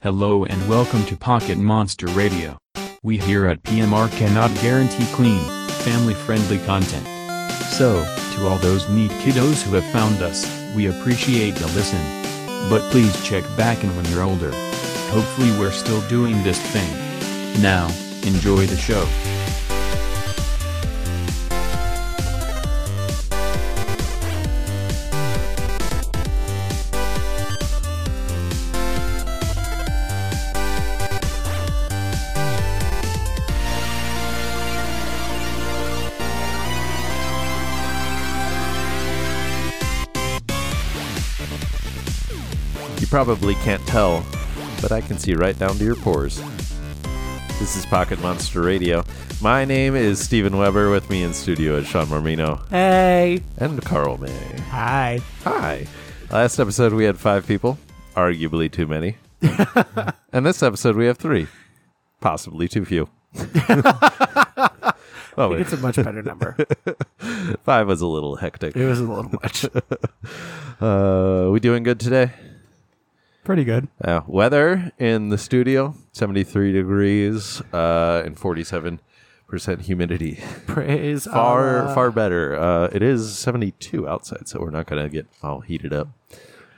Hello and welcome to Pocket Monster Radio. We here at PMR cannot guarantee clean, family friendly content. So, to all those neat kiddos who have found us, we appreciate the listen. But please check back in when you're older. Hopefully, we're still doing this thing. Now, enjoy the show. You probably can't tell, but I can see right down to your pores. This is Pocket Monster Radio. My name is Steven Weber. With me in studio is Sean Marmino Hey. and Carl May. Hi. Hi. Last episode we had five people, arguably too many. and this episode we have three, possibly too few. well, wait, It's a much better number. five was a little hectic. It was a little much. Uh, we doing good today? Pretty good. Uh, weather in the studio 73 degrees uh, and 47% humidity. Praise Far, Allah. far better. Uh, it is 72 outside, so we're not going to get all heated up.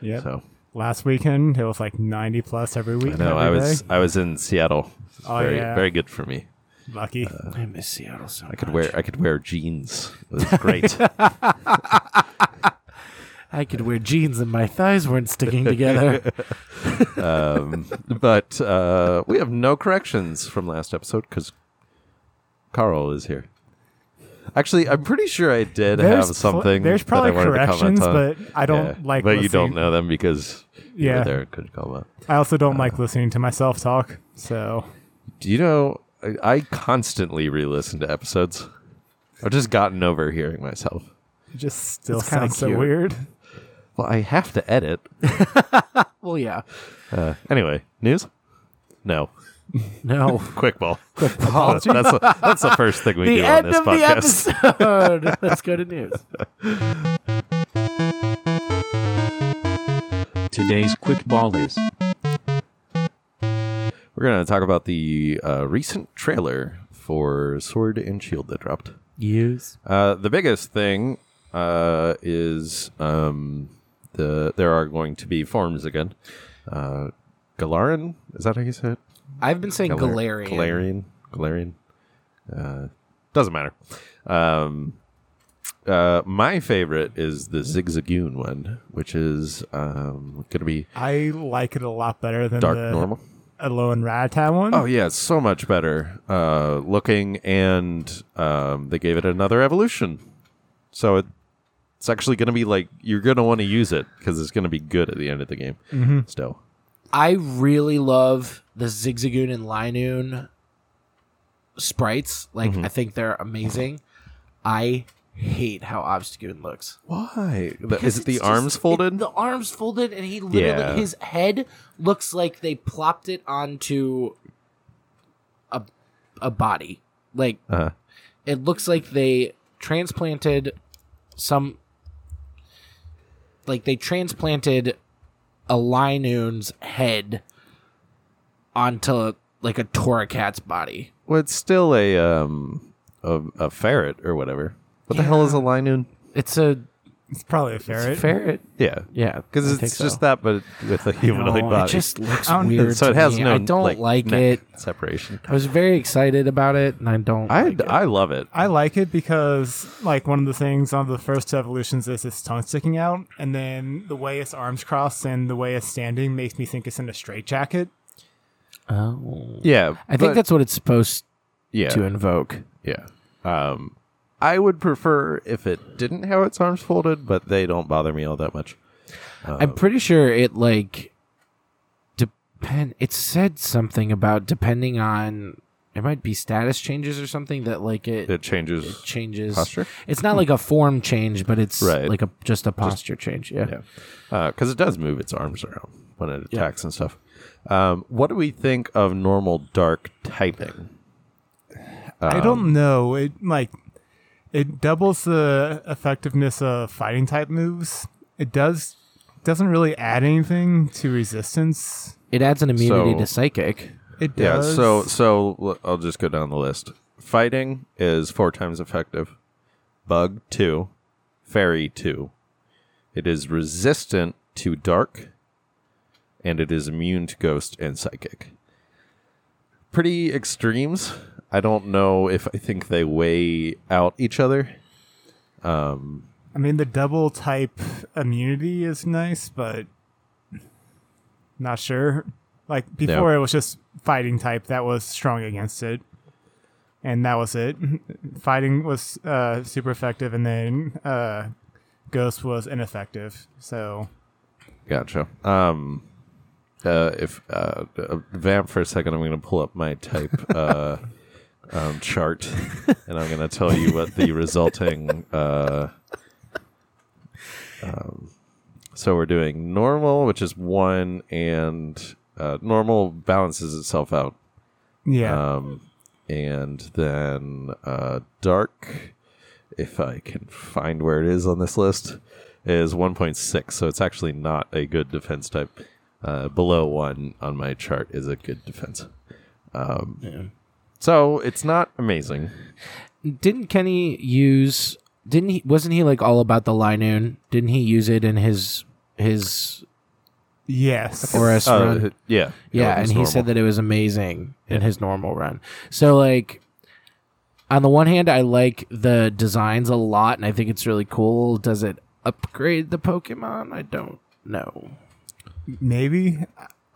Yeah. So Last weekend it was like 90 plus every week. I know I every was day. I was in Seattle. It's Oh, very, yeah. very good for me. lucky. I miss Seattle so I could wear I could wear jeans. It was great. I could wear jeans and my thighs weren't sticking together. um, but uh, we have no corrections from last episode because Carl is here. Actually, I'm pretty sure I did There's have something. pl- there's probably that I wanted corrections, to comment but on. I don't like But you listening- don't know them because you Yeah. were there. Uh. Could come up. I also don't like listening to myself talk. So Do you know? I, I constantly re-listen to episodes. I've just gotten over hearing myself. it just still It's kinda sounds so cute. weird. Well, I have to edit. well, yeah. Uh, anyway, news. No, No. quick ball. Quick ball. that's, that's, the- that's the first thing we the do end on this of podcast. the episode. Let's go to news. Today's quick ball is We're going to talk about the uh, recent trailer for Sword and Shield that dropped. Use. Uh, the biggest thing uh, is um, the there are going to be forms again. Uh, Galarin is that how you say it? I've been saying Galar- Galarian. Galarian. Galarian. Uh, doesn't matter. Um, uh, my favorite is the Zigzagoon one, which is um, going to be I like it a lot better than dark the normal. Alolan Rattata one. Oh yeah, it's so much better uh, looking, and um, they gave it another evolution. So it, it's actually going to be like you're going to want to use it because it's going to be good at the end of the game. Mm-hmm. Still, I really love the Zigzagoon and Linoon sprites. Like, Mm-hmm. I think they're amazing. I hate how Obstagoon looks. why Because is it the it's arms just- it- folded? the arms folded, and he literally Yeah. his head looks like they plopped it onto a a body. Like Uh-huh. it looks like they transplanted some, like they transplanted a linoon's head onto like a toracat's body. Well, it's still a um a, a ferret or whatever. What the hell is a linoon? It's a It's probably a ferret. ferret. Yeah, Yeah, I because think it's so. just that, but with a humanoid No, it body. just looks I don't- weird. so it to has me. no. I don't like, neck it. separation. I was very excited about it, and I don't. I like it. I love it. I like it because like one of the things on the first two evolutions is its tongue sticking out, and then the way its arms cross and the way it's standing makes me think it's in a straitjacket. Oh. Yeah, I think but- that's what it's supposed yeah. to invoke. Yeah. Um, I would prefer if it didn't have its arms folded, but they don't bother me all that much. I'm pretty sure it like depend. It said something about depending on it might be status changes or something that like it, It changes. changes posture? It's not like a form change, but it's Right. like a just a posture change. Yeah. Yeah. Because it does move its arms around when it attacks and stuff. Um, what do we think of normal dark typing? Um, I don't know. It like it doubles the effectiveness of fighting type moves. It does doesn't really add anything to resistance. It adds an immunity So- to psychic. It Yeah. does. So so l- I'll just go down the list. Fighting is four times effective. Bug two, fairy two. It is resistant to dark, and it is immune to ghost and psychic. Pretty extremes. I don't know if I think they weigh out each other. I mean, the double type immunity is nice, but not sure. Like before, it was just fighting type that was strong against it, and that was it. Fighting was uh, super effective, and then uh, ghost was ineffective. So Gotcha. Um, uh, if uh, uh, vamp for a second, I'm going to pull up my type uh, um, chart, and I'm going to tell you what the resulting. Uh, um, so we're doing normal, which is one, and uh, normal balances itself out, yeah, um, and then uh, dark, if I can find where it is on this list, is 1.6. So it's actually not a good defense type. Uh, below one on my chart is a good defense. Um, So it's not amazing. Didn't Kenny use? Didn't he? Wasn't he like all about the Linoon? Didn't he use it in his his yes, Oris Uh, run? yeah. Yeah, and he said that it was amazing in his normal run. So like on the one hand I like the designs a lot and I think it's really cool. Does it upgrade the Pokemon? I don't know. maybe.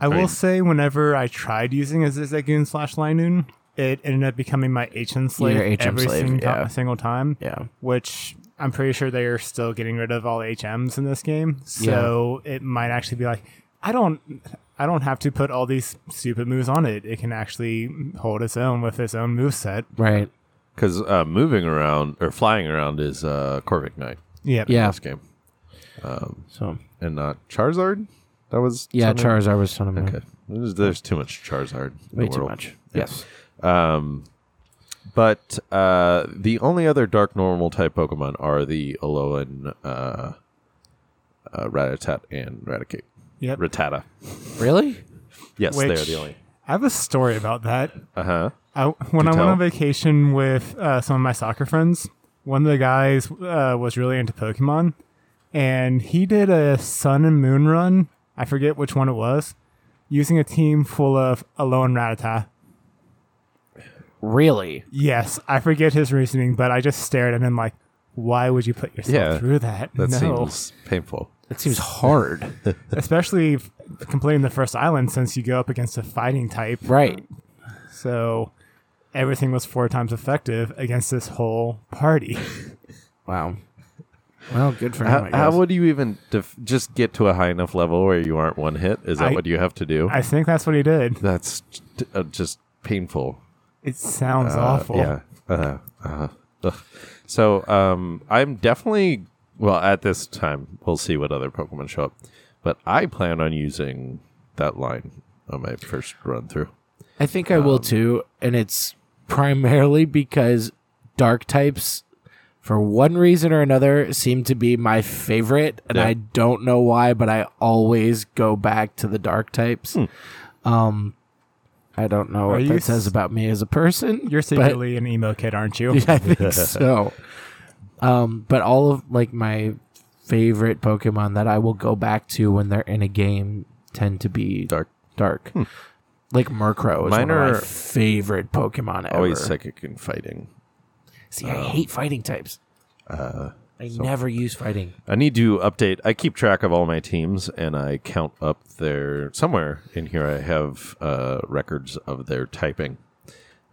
I will mean- say, whenever I tried using a Zigzagoon slash Linoon, it ended up becoming my HM slave Your HM every slave, sing- yeah. single time. Yeah. which I'm pretty sure they are still getting rid of all HMs in this game. So it might actually be like, I don't, I don't have to put all these stupid moves on it. It can actually hold its own with its own move set. Right. Because uh, moving around or flying around is uh, Corvic Knight Yep. Yeah. in this game, So and not Charizard. That was yeah, something- Charizard was son of a Okay. There's, there's too much Charizard. in way the too world. much. Yeah. Yes. Um, but uh, the only other dark normal type Pokemon are the Alolan uh, uh, Ratatat and Raticate. Yep. Rattata. Really? Yes, they are Which- the only. I have a story about that. Uh huh. I, when Do I went tell. on vacation with uh, some of my soccer friends, one of the guys uh, was really into Pokemon, and he did a Sun and Moon run. I forget which one it was, using a team full of Alolan Rattata. Really? Yes, I forget his reasoning, but I just stared at him like, why would you put yourself Yeah, through that? That no. seems painful. That seems hard. Especially f- completing the first island since you go up against a fighting type. right. So everything was four times effective against this whole party. Wow. Well, good Oh for him. How, I how guess. would you even def- just get to a high enough level where you aren't one hit? Is that I- what you have to do? I think that's what he did. That's t- uh, just painful. It sounds Uh, awful. Yeah. Uh, uh, ugh. So um, I'm definitely well at this time. We'll see what other Pokemon show up, but I plan on using that line on my first run through. I think I Um, will too, and it's primarily because dark types, for one reason or another, seem to be my favorite, and Yeah. I don't know why, but I always go back to the dark types. Um, I don't know Hmm. Are what you that s- says about me as a person. You're but- secretly an emo kid, aren't you? I think so. Um, but all of like my favorite Pokemon that I will go back to when they're in a game tend to be Dark. Hmm. dark. Like Murkrow is Mine one of are my favorite Pokemon ever. Always oh. psychic and fighting. See, I hate fighting types. Uh, I never use fighting. I need to update. I keep track of all my teams and I count up their somewhere in here. I have uh, records of their typing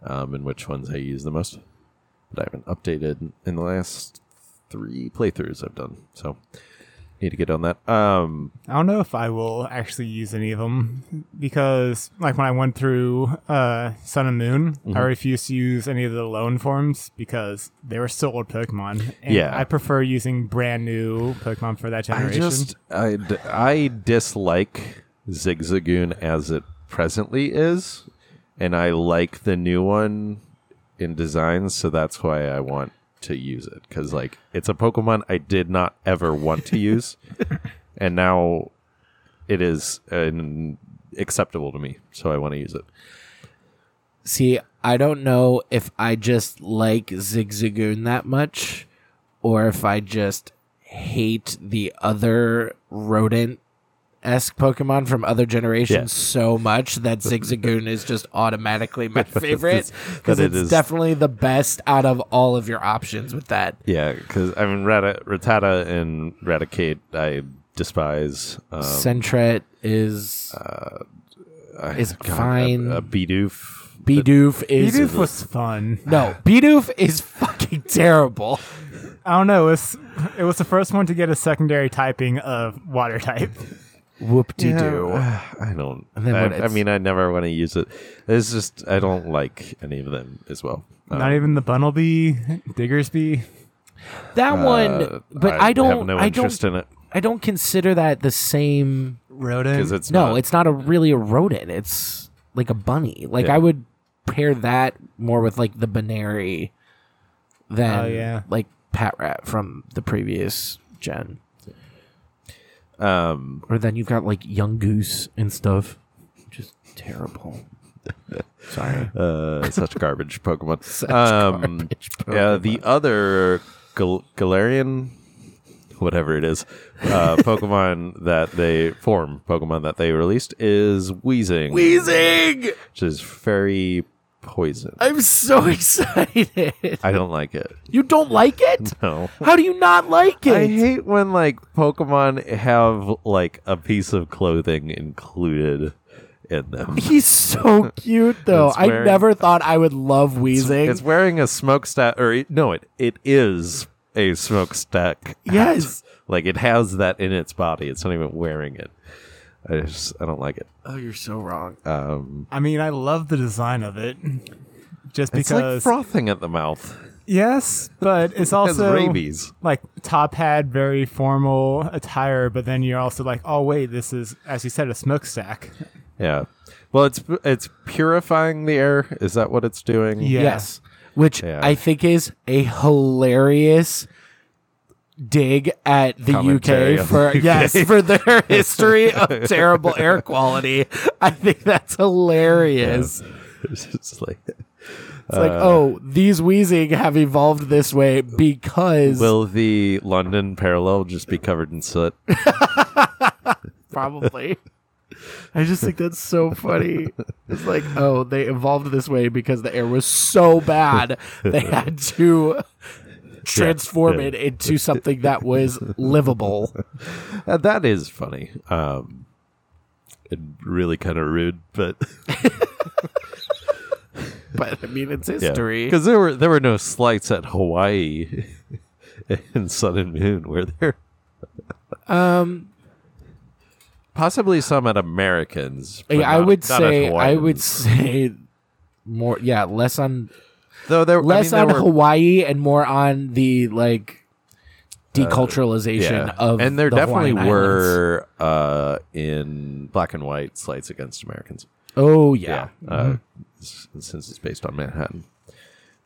um, and which ones I use the most. But I haven't updated in the last three playthroughs I've done. So need to get on that. Um, I don't know if I will actually use any of them because, like, when I went through uh, Sun and Moon, Mm-hmm. I refused to use any of the loan forms because they were still old Pokemon. And Yeah. I prefer using brand new Pokemon for that I generation. just I, d- I dislike Zigzagoon as it presently is, and I like the new one in design, so that's why I want to use it because like it's a Pokemon I did not ever want to use, and now it is an acceptable to me, so I want to use it. See, I don't know if I just like Zigzagoon that much or if I just hate the other rodent esque Pokemon from other generations Yeah. so much that Zigzagoon is just automatically my favorite. Because that it it's is- definitely the best out of all of your options with that. Yeah, because I mean, Rata, Rattata and Raticate, I despise. Um, uh, Sentret is I- is a- fine. A, Bidoof. Bidoof is Bidoof was fun. no Bidoof is fucking terrible. I don't know. It was, it was the first one to get a secondary typing of water type. Whoop de doo. Yeah, I don't. And then I, what I it's- mean, I never want to use it. It's just I don't like any of them as well. Um, Not even the Bunnelby, Diggersby. That uh, one, but I, don't. have no I interest don't. in it I don't consider that the same. Rodent. because it's no, not- it's not a really a rodent. It's like a bunny. Like Yeah. I would pair that more with like the Banary than Oh, yeah. like Pat Rat from the previous gen. um Or then you've got like Young Goose and stuff. Just terrible. Sorry. uh such garbage Pokemon. Such um, garbage Yeah, the other Gal- Galarian, whatever it is, uh, Pokemon that they form Pokemon that they released is Weezing, Wheezing! which is fairy poison. I, I'm so excited. don't like it. You don't like it? No. How do you not like it? I hate when like Pokemon have like a piece of clothing included in them. He's so cute, though. It's I wearing- never thought I would love wheezing. It's wearing a smokestack, or it- no, it it is a smokestack. hat. Yes. like it has that in its body. It's not even wearing it. I just I don't like it. oh, you're so wrong. Um, I mean, I love the design of it. Just it's like because. frothing at the mouth. yes, but it's It has also. rabies. Like top hat, very formal attire, but then you're also like, oh wait, this is, as you said, a smokestack. Yeah. Well, it's it's purifying the air. Is that what it's doing? Yeah. Yes. Which Yeah. I think is a hilarious dig at the Commentary UK on for the UK. yes for their history of terrible air quality. I think that's hilarious. It's just like, It's Uh, like, oh, these wheezing have evolved this way because will the London parallel just be covered in soot? probably. I just think that's so funny. It's like, oh, they evolved this way because the air was so bad they had to transform it into something that was livable. Uh, that is funny. Um, and really kind of rude, but But I mean, it's yeah, history. because there were there were no slights at Hawaii and Sun and Moon, were there? Um, Possibly some at Americans. but yeah, I not- would not at say, I would Hawaiians. say more, yeah, less on though there less I mean, on there were- Hawaii and more on the like deculturalization of Uh, and there the definitely Hawaiian Islands. were uh, in black and white slights against Americans. Oh yeah. uh, s- since it's based on Manhattan,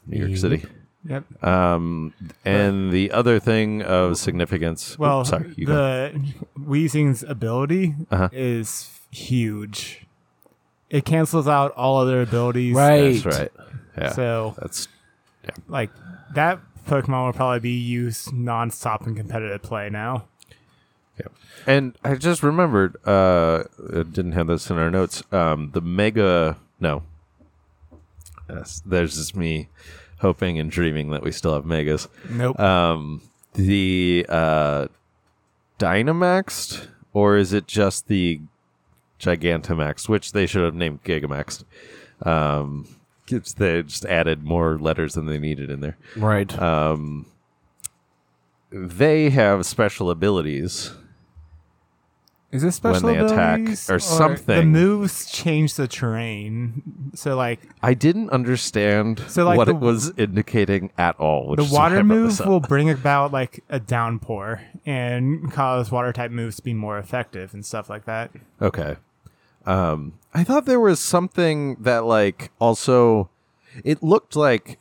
New York Yep. City. Yep. Um, and the other thing of significance. Well, sorry, you go. the Weezing's ability Uh-huh. is huge. It cancels out all other abilities. Right. That's right. Yeah, So, that's like, that Pokemon will probably be used nonstop in competitive play now. yeah. And I just remembered. Uh, I didn't have this in our notes. Um, the mega. No. Yes, there's just me hoping and dreaming that we still have megas. Nope. um the uh Dynamaxed or is it just the Gigantamax, which they should have named Gigamaxed. Um it's- they just added more letters than they needed in there. Right. uh, They have special abilities. is this when special they attack abilities or The something. moves change the terrain. So, like, I didn't understand So, like, what the- it was indicating at all. Which the is why I water brought move this up. will bring about, like, a downpour and cause water type moves to be more effective and stuff like that. Okay. Um, I thought there was something that like also it looked like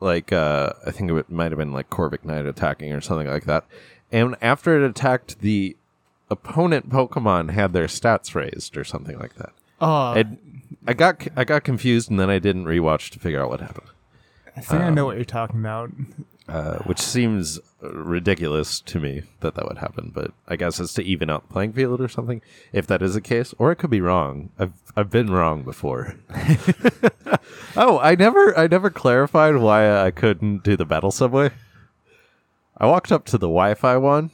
like uh I think it would- might have been like Corvic Knight attacking or something like that. And after it attacked the opponent Pokemon had their stats raised or something like that. Oh, I, I got I got confused and then I didn't rewatch to figure out what happened, I think I know what you're talking about. uh, which seems ridiculous to me that that would happen. But I guess it's to even out the playing field or something. If that is the case, or it could be wrong. I've I've been wrong before. oh, I never I never clarified why I couldn't do the battle subway. I walked up to the Wi-Fi one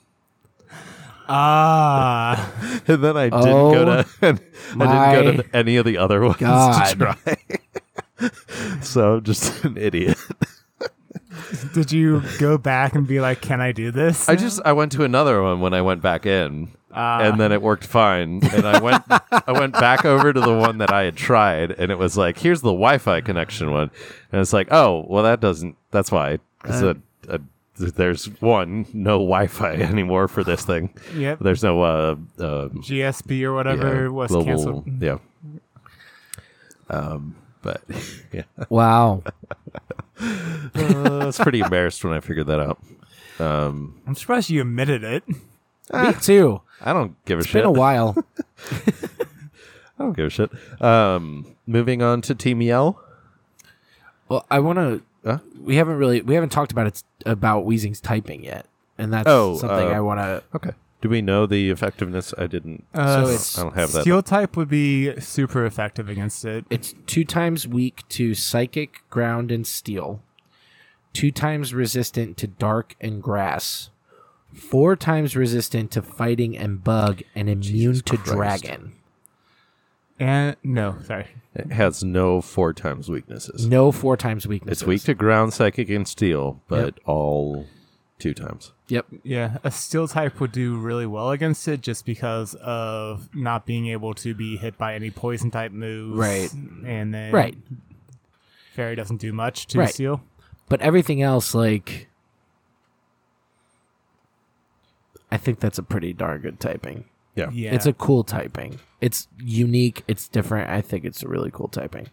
Ah, and then I didn't go to I didn't go Oh my to any of the other ones God. to try. so I'm just an idiot. did you go back and be like, "Can I do this?" I just I went to another one when I went back in, and then it worked fine. And I went I went back over to the one that I had tried, and it was like, here's the Wi-Fi connection one, and it's like, oh well, that doesn't. That's why 'Cause, uh, uh, there's one no Wi-Fi anymore for this thing. Yep. There's no uh, uh GSP or whatever yeah, was global- canceled. Yeah. Um, but yeah, Wow. Uh, I was pretty embarrassed when I figured that out. I'm surprised you admitted it. Me too. I don't give a It's shit. been a while. I don't give a shit. Um, moving on to Team Yell. Well, I want to. Huh? We haven't really. We haven't talked about it's about Weezing's typing yet, and that's Oh, something uh, I want to. Okay. Do we know the effectiveness? I didn't. Uh, So it's- I don't have that. Steel type would be super effective against it. It's two times weak to psychic, ground, and steel. Two times resistant to dark and grass. Four times resistant to fighting and bug, and immune to Christ. dragon. And no, sorry. It has no four times weaknesses. No four times weaknesses. It's weak to ground, psychic, and steel, but all two times. Yep. Yeah, a steel type would do really well against it just because of not being able to be hit by any poison type moves. Right. And then Right. fairy doesn't do much to Right. steel. But everything else, like, I think that's a pretty darn good typing. Yeah. Yeah. It's a cool typing. It's unique. It's different. I think it's a really cool typing.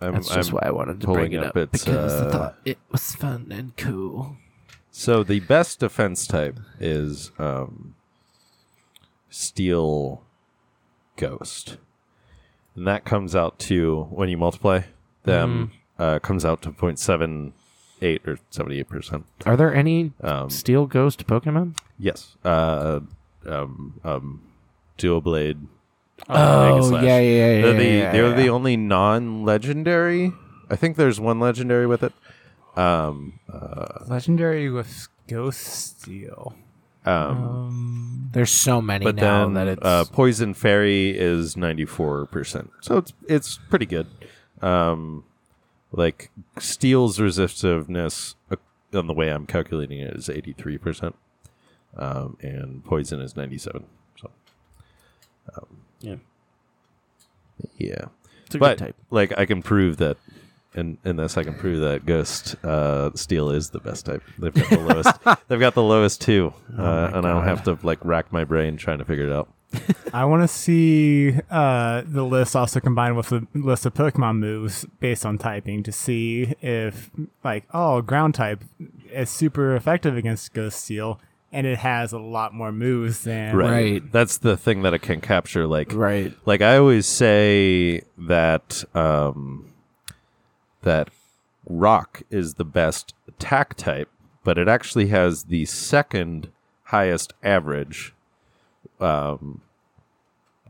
I'm, That's just I'm- why I wanted to pulling bring it up up, its, because uh, I thought it was fun and cool. So the best defense type is um, steel ghost, and that comes out to when you multiply them uh, comes out to 0.78 or seventy eight percent. Are there any Um, Steel Ghost Pokemon? Yes, uh, um, um, dual blade. Oh, Mega Slash. yeah, yeah, yeah, They're the, yeah, yeah, they're the yeah. only non-legendary. I think there's one legendary with it. legendary with ghost steel. There's so many but now then that it's uh, poison fairy is 94% so it's it's pretty good um like steel's resistiveness uh, on the way i'm calculating it is 83% um and poison is 97 so yeah. yeah It's a but good type. like i can prove that in, in this, I can prove that Ghost uh, Steel is the best type. They've got the lowest. They've got the lowest too, uh, and I don't have to like rack my brain trying to figure it out. I want to see uh, the list also combined with the list of Pokemon moves based on typing to see if, like, oh, ground type is super effective against Ghost Steel, and it has a lot more moves than right. Right. That's the thing that it can capture. Like Right. Like I always say that um, that rock is the best attack type, but it actually has the second highest average. Um,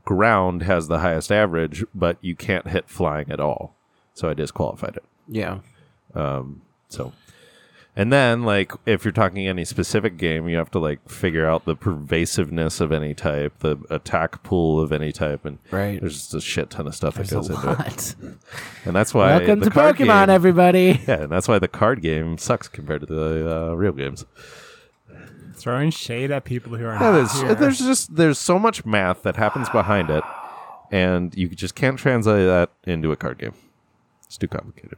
ground has the highest average, but you can't hit flying at all, so I disqualified it. Yeah. So, and then like if you're talking any specific game, you have to like figure out the pervasiveness of any type, the attack pool of any type, and Right. there's just a shit ton of stuff There's that a goes into it. lot. And that's why Welcome the to card Pokemon, game- everybody. yeah, and that's why the card game sucks compared to the uh, real games. throwing shade at people who are Yeah, not Ah, there's, here. there's just there's so much math that happens behind it, and you just can't translate that into a card game. It's too complicated.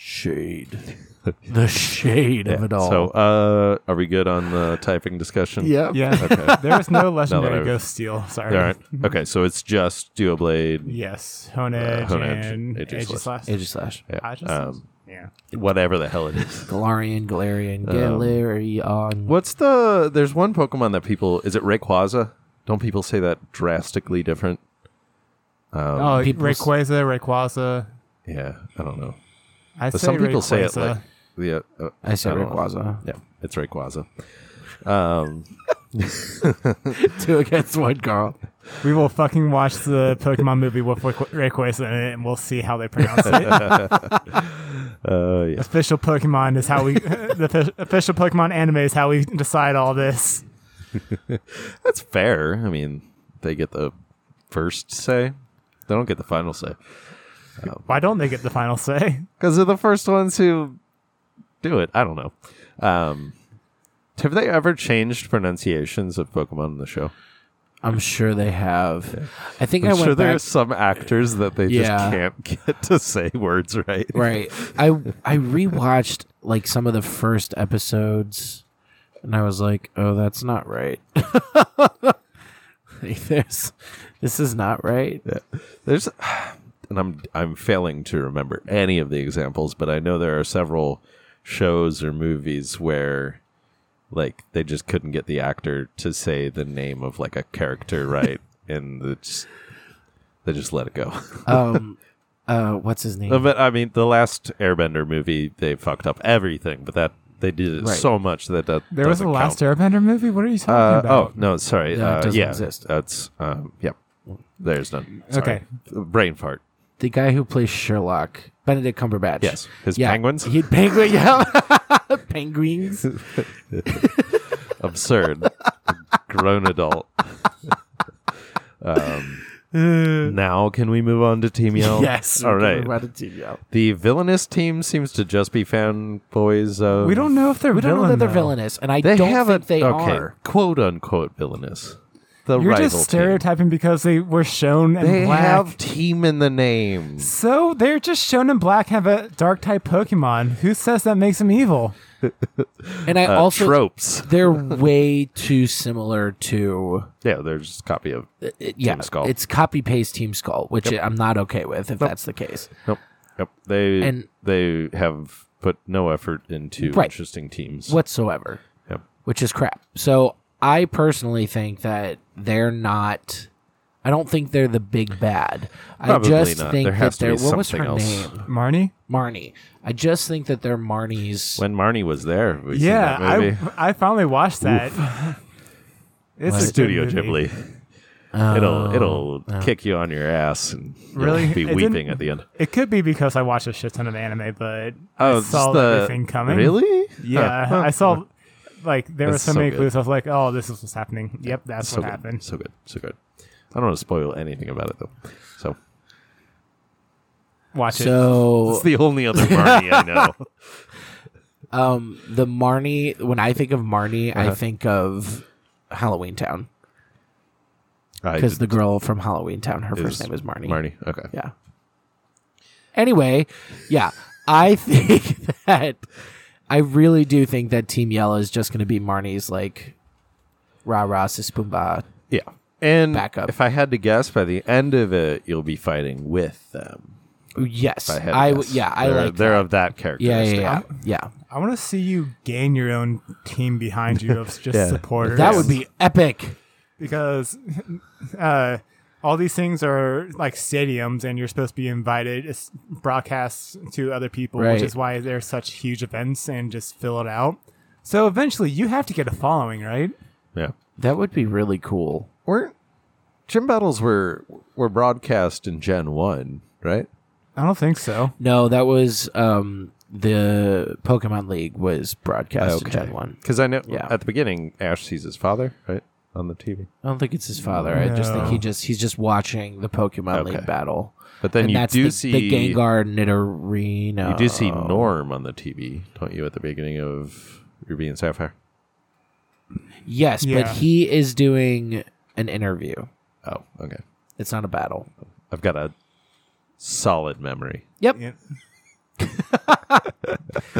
Shade. the shade of it all. So, uh, are we good on the typing discussion? yeah. Yeah, there is no legendary I've- Ghost Steel. Sorry. All right. Mm-hmm. Okay, so it's just Duoblade Yes, Honedge, Uh, Honedge and and Aegislash. Aegislash. Aegislash. Yeah, I just- um, Yeah. whatever the hell it is. Galarian, Galarian, Galarian. What's the? There's one Pokemon that people. Is it Rayquaza? Don't people say that drastically different? oh, people's- Rayquaza, Rayquaza. Yeah, I don't know. I But say some people Rayquaza. say it like yeah. uh, I said don't know. Rayquaza. Yeah, it's Rayquaza. Um, Two against one, Carl. we will fucking watch the Pokemon movie with Rayqu- Rayquaza in it, and we'll see how they pronounce it. uh, yeah. official Pokemon is how we the fi- official Pokemon anime is how we decide all this. That's fair. I mean, they get the first say. They don't get the final say Why don't they get the final say? because they're the first ones who do it. I don't know. Um, have they ever changed pronunciations of Pokemon in the show? I'm sure they have. I think i I'm went sure there back. are some actors that they Yeah. just can't get to say words right. right. I I rewatched like some of the first episodes, and I was like, "Oh, that's not right. Like, There's, this is not right." There's, and I'm I'm failing to remember any of the examples, but I know there are several shows or movies where, like, they just couldn't get the actor to say the name of like a character right, and they just, they just let it go. Um, uh, what's his name? but I mean, the last Airbender movie, they fucked up everything, but that they did it Right. so much that that There was doesn't a Last count. Airbender movie. What are you talking Uh, oh about? no, sorry. No, it uh, doesn't yeah, exist. That's um, yeah. There's none. Sorry. Okay. brain fart. the guy who plays Sherlock, Benedict Cumberbatch. Yes, his yeah, penguins. He penguin. Yeah, penguins. absurd grown adult um, now can we move on to team yell Yes. all we can right move on to TV now. the villainous team seems to just be fanboys of we don't know if they're We don't villain, know that they're though. villainous, and I they don't have a think they okay, are. quote unquote villainous the You're rival just team. stereotyping because they were shown in they black. have team in the name so they're just shown in black have a dark type Pokemon. Who says that makes them evil? And I Uh, also tropes they're way too similar to yeah they're just a copy of uh, yeah Team Skull. it's copy paste team skull which i'm not okay with if that's the case nope nope they And- they have put no effort into Right. interesting teams whatsoever Yep. which is crap so i personally think that they're not i don't think they're the big bad Probably i just not. think There has that to be they're what was her something else. name Marnie? marnie i just think that they're marnie's when Marnie was there, we seen Yeah, that movie. I I finally watched that. it's a good Studio movie. Ghibli. Oh, it'll it'll kick you on your ass and you'll Really? be It weeping didn't- at the end. It could be because I watch a shit ton of anime, but I Oh, just saw the- everything coming. Really? Yeah, Huh. I saw like there were That's so, so many good. clues. I was like, oh, this is what's happening. Yep, that's so what good. happened. So good, so good. I don't want to spoil anything about it though. So Watch it. so it's the only other Marnie I know. um the marnie when i think of marnie Uh-huh. i think of halloween town I because the did- girl from halloween town her first is name is marnie Marnie. Okay. Yeah. Anyway, yeah, I think that I really do think that Team Yellow is just going to be Marnie's like rah rah sispumba. Yeah. And Back up. if I had to guess, by the end of it, you'll be fighting with them. Yes, If I had to I w- guess. yeah I they're, like they're that. of that character. yeah yeah yeah, yeah. I want to see you gain your own team behind you of just Yeah. supporters. That would be epic. because uh, all these things are like stadiums, and you're supposed to be invited. It's broadcasts to other people, Right. which is why they're such huge events and just fill it out. So eventually, you have to get a following, right? yeah. That would be really cool. weren't gym battles were were broadcast in Gen One, right? I don't think so. No, that was um the Pokemon League was broadcast in Okay. Gen One. Because I know Yeah. at the beginning Ash sees his father, right, on the TV. I don't think it's his father. I just think No. he just he's just watching the Pokemon Okay. League battle. But then and you that's do the, see the Oh. Gengar Nidorino. You do see Norm on the TV, don't you? At the beginning of Ruby and Sapphire. Yes, Yeah. but he is doing an interview. Oh, okay. It's not a battle. I've got a solid memory. Yep. Yeah.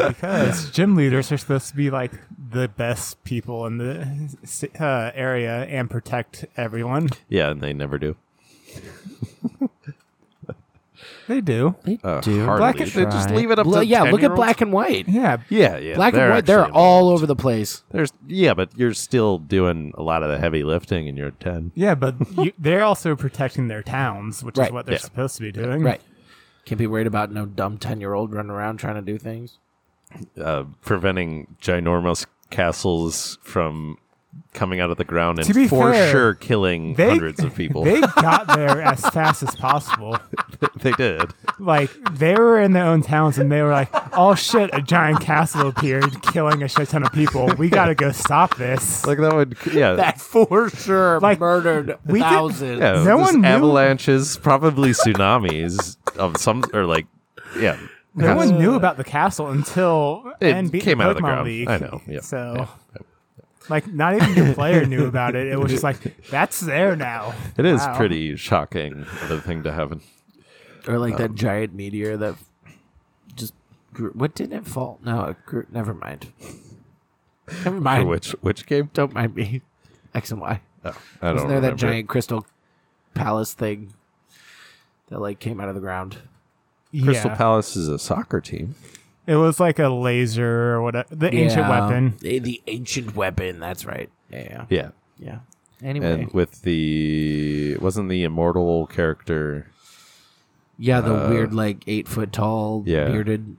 because gym leaders are supposed to be like the best people in the uh, area and protect everyone. Yeah, and they never do. They do. They Uh, do. hardly. Black- they just leave it up Bla- to yeah, look at 10-year-olds? black and white. Yeah. Yeah, yeah. black and white, they're actually all involved. over the place. There's yeah, but you're still doing a lot of the heavy lifting and you're 10. Yeah, but you, they're also protecting their towns, which Right. is what they're Yeah. supposed to be doing. Right. Can't be worried about no dumb 10 year old running around trying to do things. uh, preventing ginormous castles from coming out of the ground To and be for fair, sure killing they- hundreds of people. They got there as fast as possible. They did. Like they were in their own towns, and they were like, "Oh shit! A giant castle appeared, killing a shit ton of people. We gotta go stop this." Like that would yeah. That for sure Like, murdered we did- thousands. yeah, no just one knew- avalanches, probably tsunamis of some or like yeah. No one knew about the castle until It and beat came the Pokemon out of the ground. League. I know, yeah, So, yeah, like, not even your player knew about it. It was just like, "That's there now." It is Wow. pretty shocking of the thing to happen. Or like Um, that giant meteor that just grew. What didn't it fall? No, it grew. Never mind. Never For mind. which which game? Don't mind me. X and Y. Oh, I Wasn't don't there know. that giant crystal palace thing that like came out of the ground? Crystal yeah. Palace is a soccer team. It was like a laser or whatever. The ancient Yeah. weapon. The, the ancient weapon. That's right. Yeah. Yeah. Yeah. yeah. Anyway. And with the wasn't the immortal character yeah, the weird like eight foot tall uh, yeah. bearded.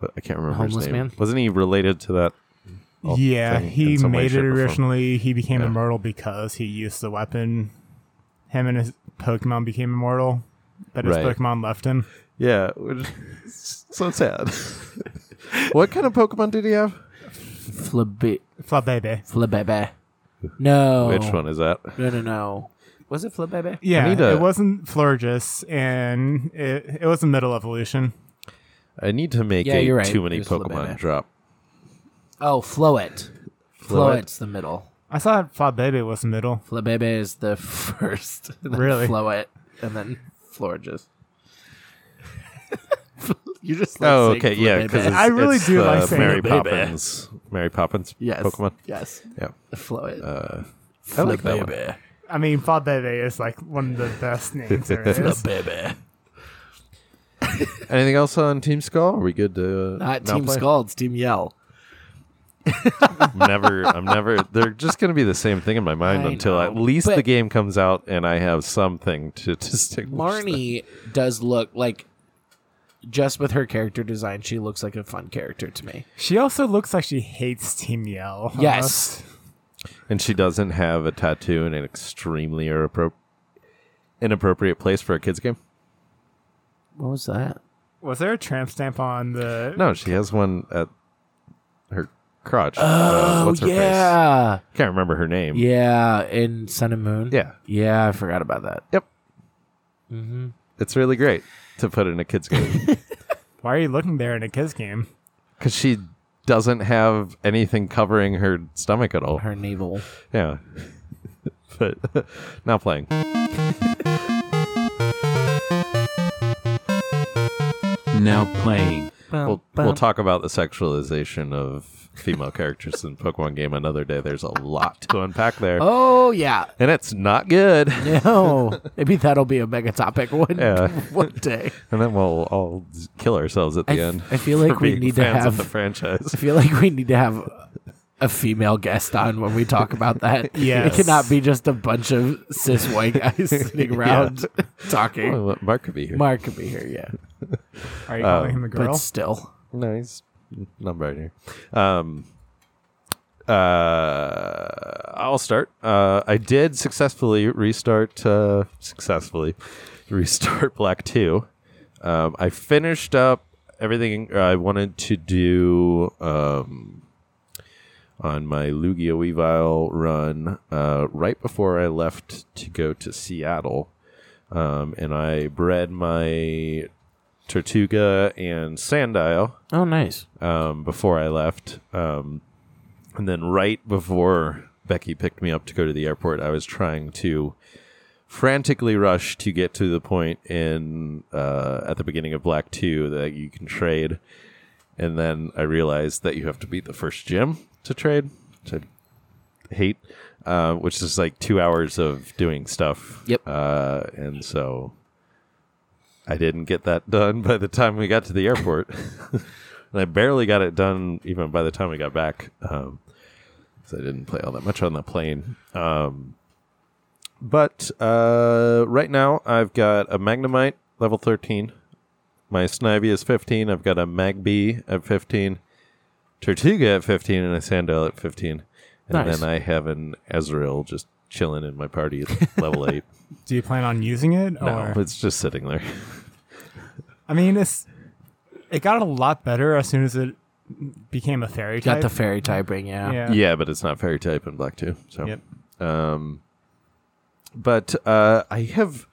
but I can't remember Homeless his name. man? Wasn't he related to that? old Yeah, thing he Oh, in some way, made it shape, or form? originally. He became Yeah. immortal because he used the weapon. Him and his Pokemon became immortal, but his Right. Pokemon left him. Yeah, which is so sad. what kind of Pokemon did he have? Flabi- Flabebe. Flabebe. No. Which one is that? No, no, no. Was it Flabebe? Yeah, need a- it wasn't Florges, and it, it was a middle evolution. I need to make Yeah, a you're right. too many It was Flabébé. Pokemon drop. Oh, Floet. Floet? Floet's the middle. I thought Flabebe was middle. Flabebe is the first. and then Really? Floet, and then Florges. you just like Oh, saying okay, yeah, Flabébé. because I really do like saying uh, Mary Flabébé. Poppins. Mary Poppins yes, Pokemon. Yes, Yeah, Floet. uh, I like that one. Flabébé. I mean, Flabebe is like one of the best names there is. Flabébé. Anything else on Team Skull? Are we good to uh, Not now Team play? Skull. It's Team Yell. I'm never. I'm never. They're just going to be the same thing in my mind I until know, at least but- the game comes out and I have something to distinguish. them. Marnie does look like, just with her character design, she looks like a fun character to me. She also looks like she hates Team Yell. Uh-huh. almost. Yes, And she doesn't have a tattoo in an extremely irrepro- inappropriate place for a kids game. what was that? Was there a tramp stamp on the? No, she has one at her crotch. Oh, what's her face? yeah. Can't remember her name. Yeah, in Sun and Moon. Yeah. Yeah, I forgot about that. Yep. It's really great to put in a kids game Why are you looking there in a kids game? because she doesn't have anything covering her stomach at all. Her navel. Yeah. but not playing. Now playing. We'll, we'll talk about the sexualization of female characters in Pokemon game another day. There's a lot to unpack there. Oh yeah. And it's not good. No. Maybe that'll be a mega topic one Yeah. one day. And then we'll all kill ourselves at the I f- end. I feel like for we being need to fans have- of the franchise. I feel like we need to have a female guest on when we talk about that. Yes. It cannot be just a bunch of cis white guys sitting around talking. Oh, Mark could be here. Mark could be here, yeah. Are you Oh. calling him a girl? But still. No, he's not right here. Um, uh, I'll start. Uh, I did successfully restart. Uh, successfully restart Black Two. Um, I finished up everything I wanted to do. Um, on my Lugia Weavile run, uh, right before I left to go to Seattle, um, and I bred my Tortuga and Sandile Oh nice. um, before I left. Um, and then right before Becky picked me up to go to the airport, I was trying to frantically rush to get to the point in uh, at the beginning of Black Two that you can trade. And then I realized that you have to beat the first gym to trade, which I hate, uh, which is like two hours of doing stuff. Yep. Uh, and so Uh, I didn't get that done by the time we got to the airport, and I barely got it done even by the time we got back. Um, 'cause I didn't play all that much on the plane. Um, but uh, right now, I've got a Magnemite level thirteen. My Snivy is fifteen. I've got a Magby at fifteen, Tortuga at fifteen, and a Sandel at fifteen. And Nice. then I have an Ezreal just chilling in my party at level eight. Do you plan on using it? No, or it's just sitting there. I mean, it's it got a lot better as soon as it became a fairy Got type. the fairy typing, yeah. yeah. Yeah, but it's not fairy type in black too. So, Yep. um, but uh, I have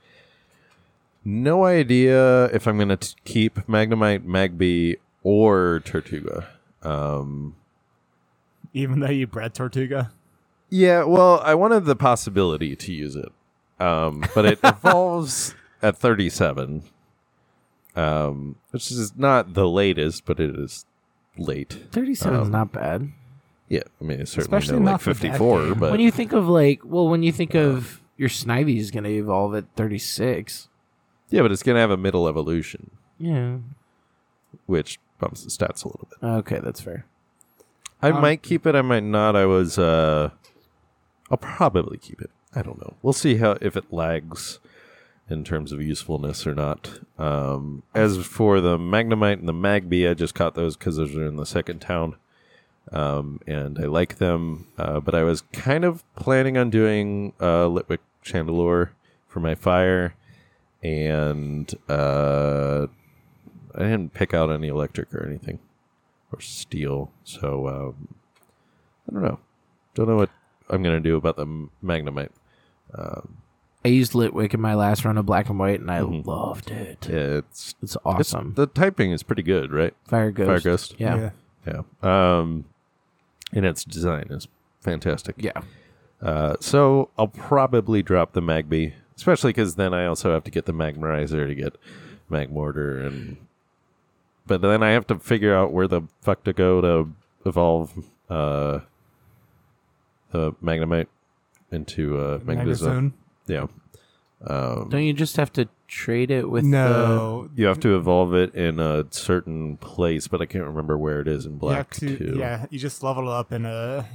no idea if I'm going to keep Magnemite, Magby, or Tortuga. Um, Even though you bred Tortuga, yeah, well, I wanted the possibility to use it, um, but it evolves at 37, um, which is not the latest, but it is late. 37 is not bad. Yeah, I mean, it's certainly Especially no, not like for that 54, game. but when you think of like, well, when you think of your Snivy is going to evolve at 36. yeah, but it's going to have a middle evolution. Yeah. which bumps the stats a little bit. Okay, that's fair. I Um, might keep it. I might not. I was. uh I'll probably keep it. I don't know. We'll see how if it lags in terms of usefulness or not. Um, as for the Magnemite and the Magby, I just caught those because those are in the second town, um, and I like them. Uh, but I was kind of planning on doing uh, Litwick Chandelure for my fire, and uh, I didn't pick out any electric or anything or steel. So um, I don't know. Don't know what I'm gonna do about the m- magnemite. I used Litwick in my last run of Black and White, and I loved it. It's, It's it's- awesome. the typing is pretty good, right? Fire Ghost. Fire Ghost. Yeah. yeah. Yeah. Um, and its design is fantastic. Yeah. Uh, so I'll probably drop the Magby, especially because then I also have to get the Magmarizer to get Magmortar, and but then I have to figure out where the fuck to go to evolve uh, the Magnemite into uh, Magnezone. Magnezone. Yeah, Don't you just have to trade it with the- No, you have to evolve it in a certain place, but I can't remember where it is in you have black to- too. Yeah, you just level it up in a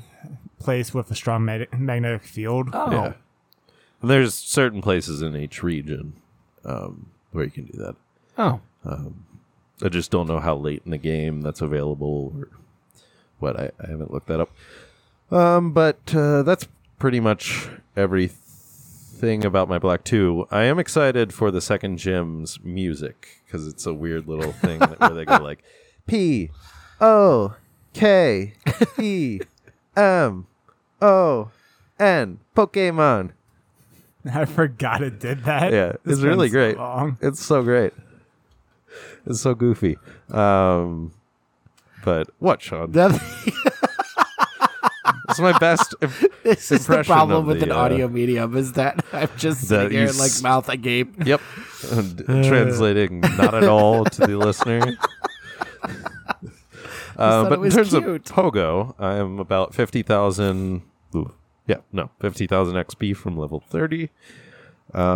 place with a strong mag- magnetic field. Oh. Yeah. And there's certain places in each region um, where you can do that. Oh. I just don't know how late in the game that's available or what. I, I haven't looked that up. Um, but uh, that's pretty much everything about my Black 2. I am excited for the second gym's music because it's a weird little thing that, where they go like P O K E M O N Pokemon. I forgot it did that. Yeah, it's been really so great. long. It's so great. It's so goofy. Um, but what, Sean? That's my best. If, This is the impression problem of with the, an uh, audio medium is that I'm just that sitting here you and like s- mouth agape. yep. Uh, And translating not at all to the listener. Uh, thought it but in was terms cute. of Pogo, I am about 50,000. ooh, Yeah, no, 50,000 XP from level 30. Um,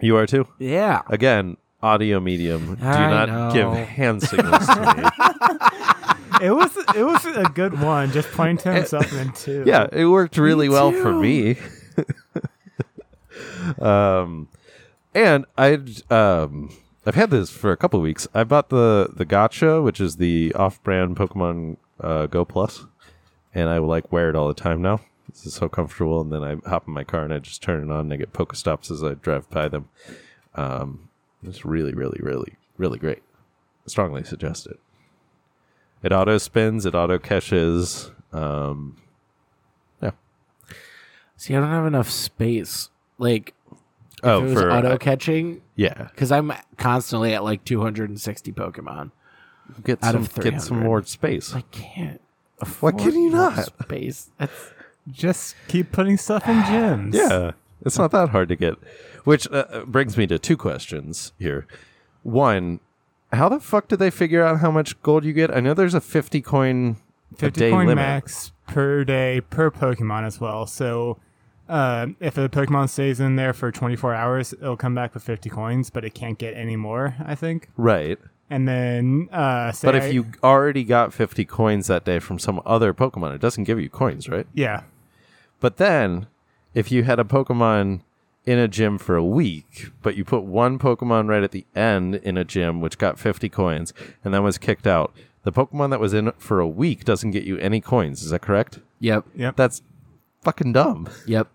you are too? Yeah. Again, audio medium. Do I not know. give hand signals to me. It was it was a good one. Just point to himself and then two. yeah, it worked really well for me. um, and I um, I've had this for a couple of weeks. I bought the the Gotcha, which is the off-brand Pokemon uh, Go Plus, and I like wear it all the time now. This is so comfortable. And then I hop in my car and I just turn it on and I get Pokestops as I drive by them. Um, it's really, really, really, really great. strongly suggest it. It auto spins. It auto caches. Um, See, I don't have enough space. Like if it Oh, was for auto uh, catching yeah. because I'm constantly at like 260 Pokemon. Get out some of get some 300. more space. I can't. Why afford can you enough not? Space. That's Just keep putting stuff in gyms. Yeah, Uh, it's not that hard to get. Which uh, brings me to two questions here. One, how the fuck did they figure out how much gold you get? I know there's a fifty coin a fifty day coin limit. max per day per Pokemon as well. So Uh, if a Pokemon stays in there for 24 hours, it'll come back with 50 coins, but it can't get any more. I think. Right. And then, uh, say But I- if you already got 50 coins that day from some other Pokemon, it doesn't give you coins, right? yeah, But then, if you had a Pokemon in a gym for a week, but you put one Pokemon right at the end in a gym, which got 50 coins, and then was kicked out, the Pokemon that was in for a week doesn't get you any coins. Is that correct? Yep. yep, That's fucking dumb. Yep.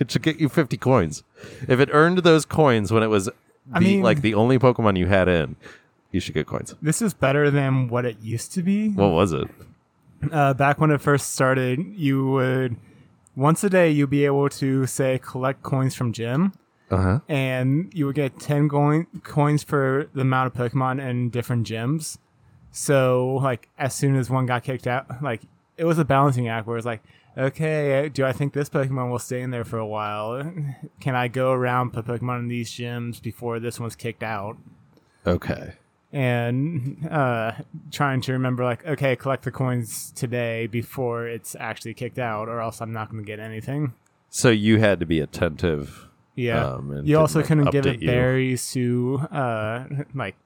It should get you 50 coins. If it earned those coins when it was the, I mean- like the only Pokemon you had in, you should get coins. this is better than what it used to be. What was it? uh, back when it first started, you would once a day you'd be able to say collect coins from gym, Uh-huh. and you would get ten coin- coins for the amount of Pokemon in different gyms. So like as soon as one got kicked out, like it was a balancing act where it's like, okay, do I think this Pokemon will stay in there for a while? Can I go around put Pokemon in these gyms before this one's kicked out? Okay. and uh, trying to remember like okay collect the coins today before it's actually kicked out or else i'm not going to get anything So you had to be attentive. yeah Um, and you didn't, also like, couldn't give update it you. berries to uh, like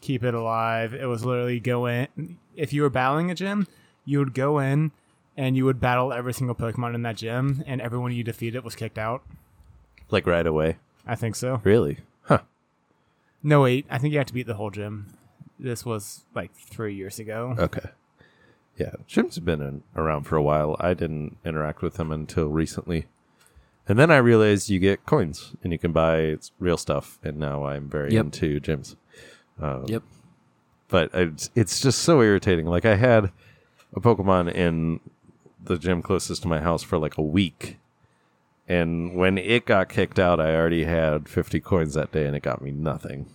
keep it alive it was literally go in if you were battling a gym you would go in and you would battle every single pokemon in that gym and everyone you defeated was kicked out Like right away. i think so Really? Huh. no wait i think you have to beat the whole gym this was like three years ago Okay. Yeah, Jim's been in, around for a while. I didn't interact with him until recently. And then I realized you get coins and you can buy real stuff. And now I'm very Yep. into gyms. Oh. Yep. but it's, it's just so irritating. Like I had a Pokemon in the gym closest to my house for like a week, and when it got kicked out, I already had fifty coins that day, and it got me nothing.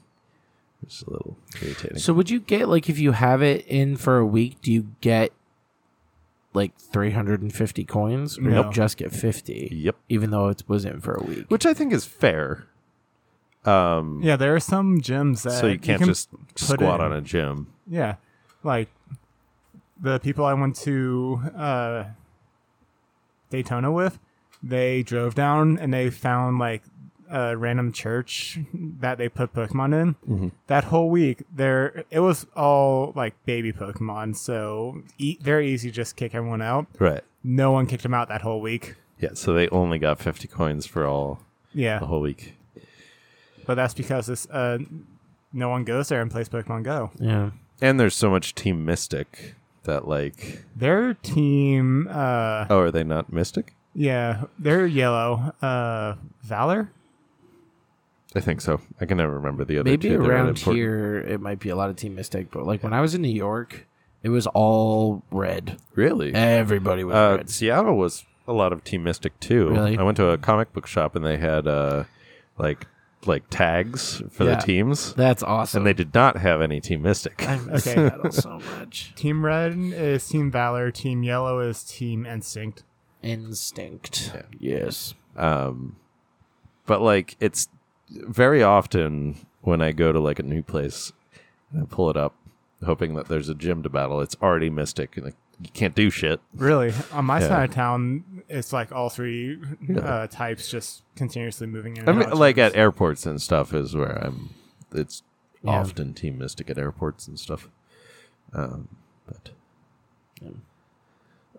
It's a little irritating. So would you get like if you have it in for a week, do you get like 350 coins or No. you just get 50? Yep. Even though it was in for a week. Which I think is fair. Um, Yeah, there are some gyms that so you can't Uh, can just squat on a gym. Yeah, like the people I went to uh, Daytona with, they drove down and they found like a random church that they put Pokemon in. Mm-hmm. That whole week, there it was all like baby Pokemon, so e- very easy to just kick everyone out. Right. No one kicked them out that whole week. Yeah. So they only got fifty coins for all the Yeah, whole week. but that's because this uh, no one goes there and plays Pokemon Go. yeah. And there's so much Team Mystic that like, Their team, uh, oh, are they not Mystic? yeah, they're yellow. Uh, Valor. I think so. I can never remember the other Maybe two. They're really around important. here it might be a lot of team mistake, but like when I was in New York, it was all red. Really? Everybody was Uh, red. Seattle was a lot of Team Mystic too. Really? I went to a comic book shop and they had uh, like like tags for Yeah. the teams, That's awesome. and they did not have any Team Mystic. I miss Okay. Seattle so much. Team Red is Team Valor. Team Yellow is Team Instinct. Instinct. Yes. Um, but like it's very often when I go to like a new place and I pull it up, hoping that there's a gym to battle. It's already Mystic, and like you can't do shit. Really, on my Yeah. side of town, it's like all three uh, types just continuously moving in. I and mean, out. like at airports and stuff is where I'm. It's Yeah. often Team Mystic at airports and stuff. Um, but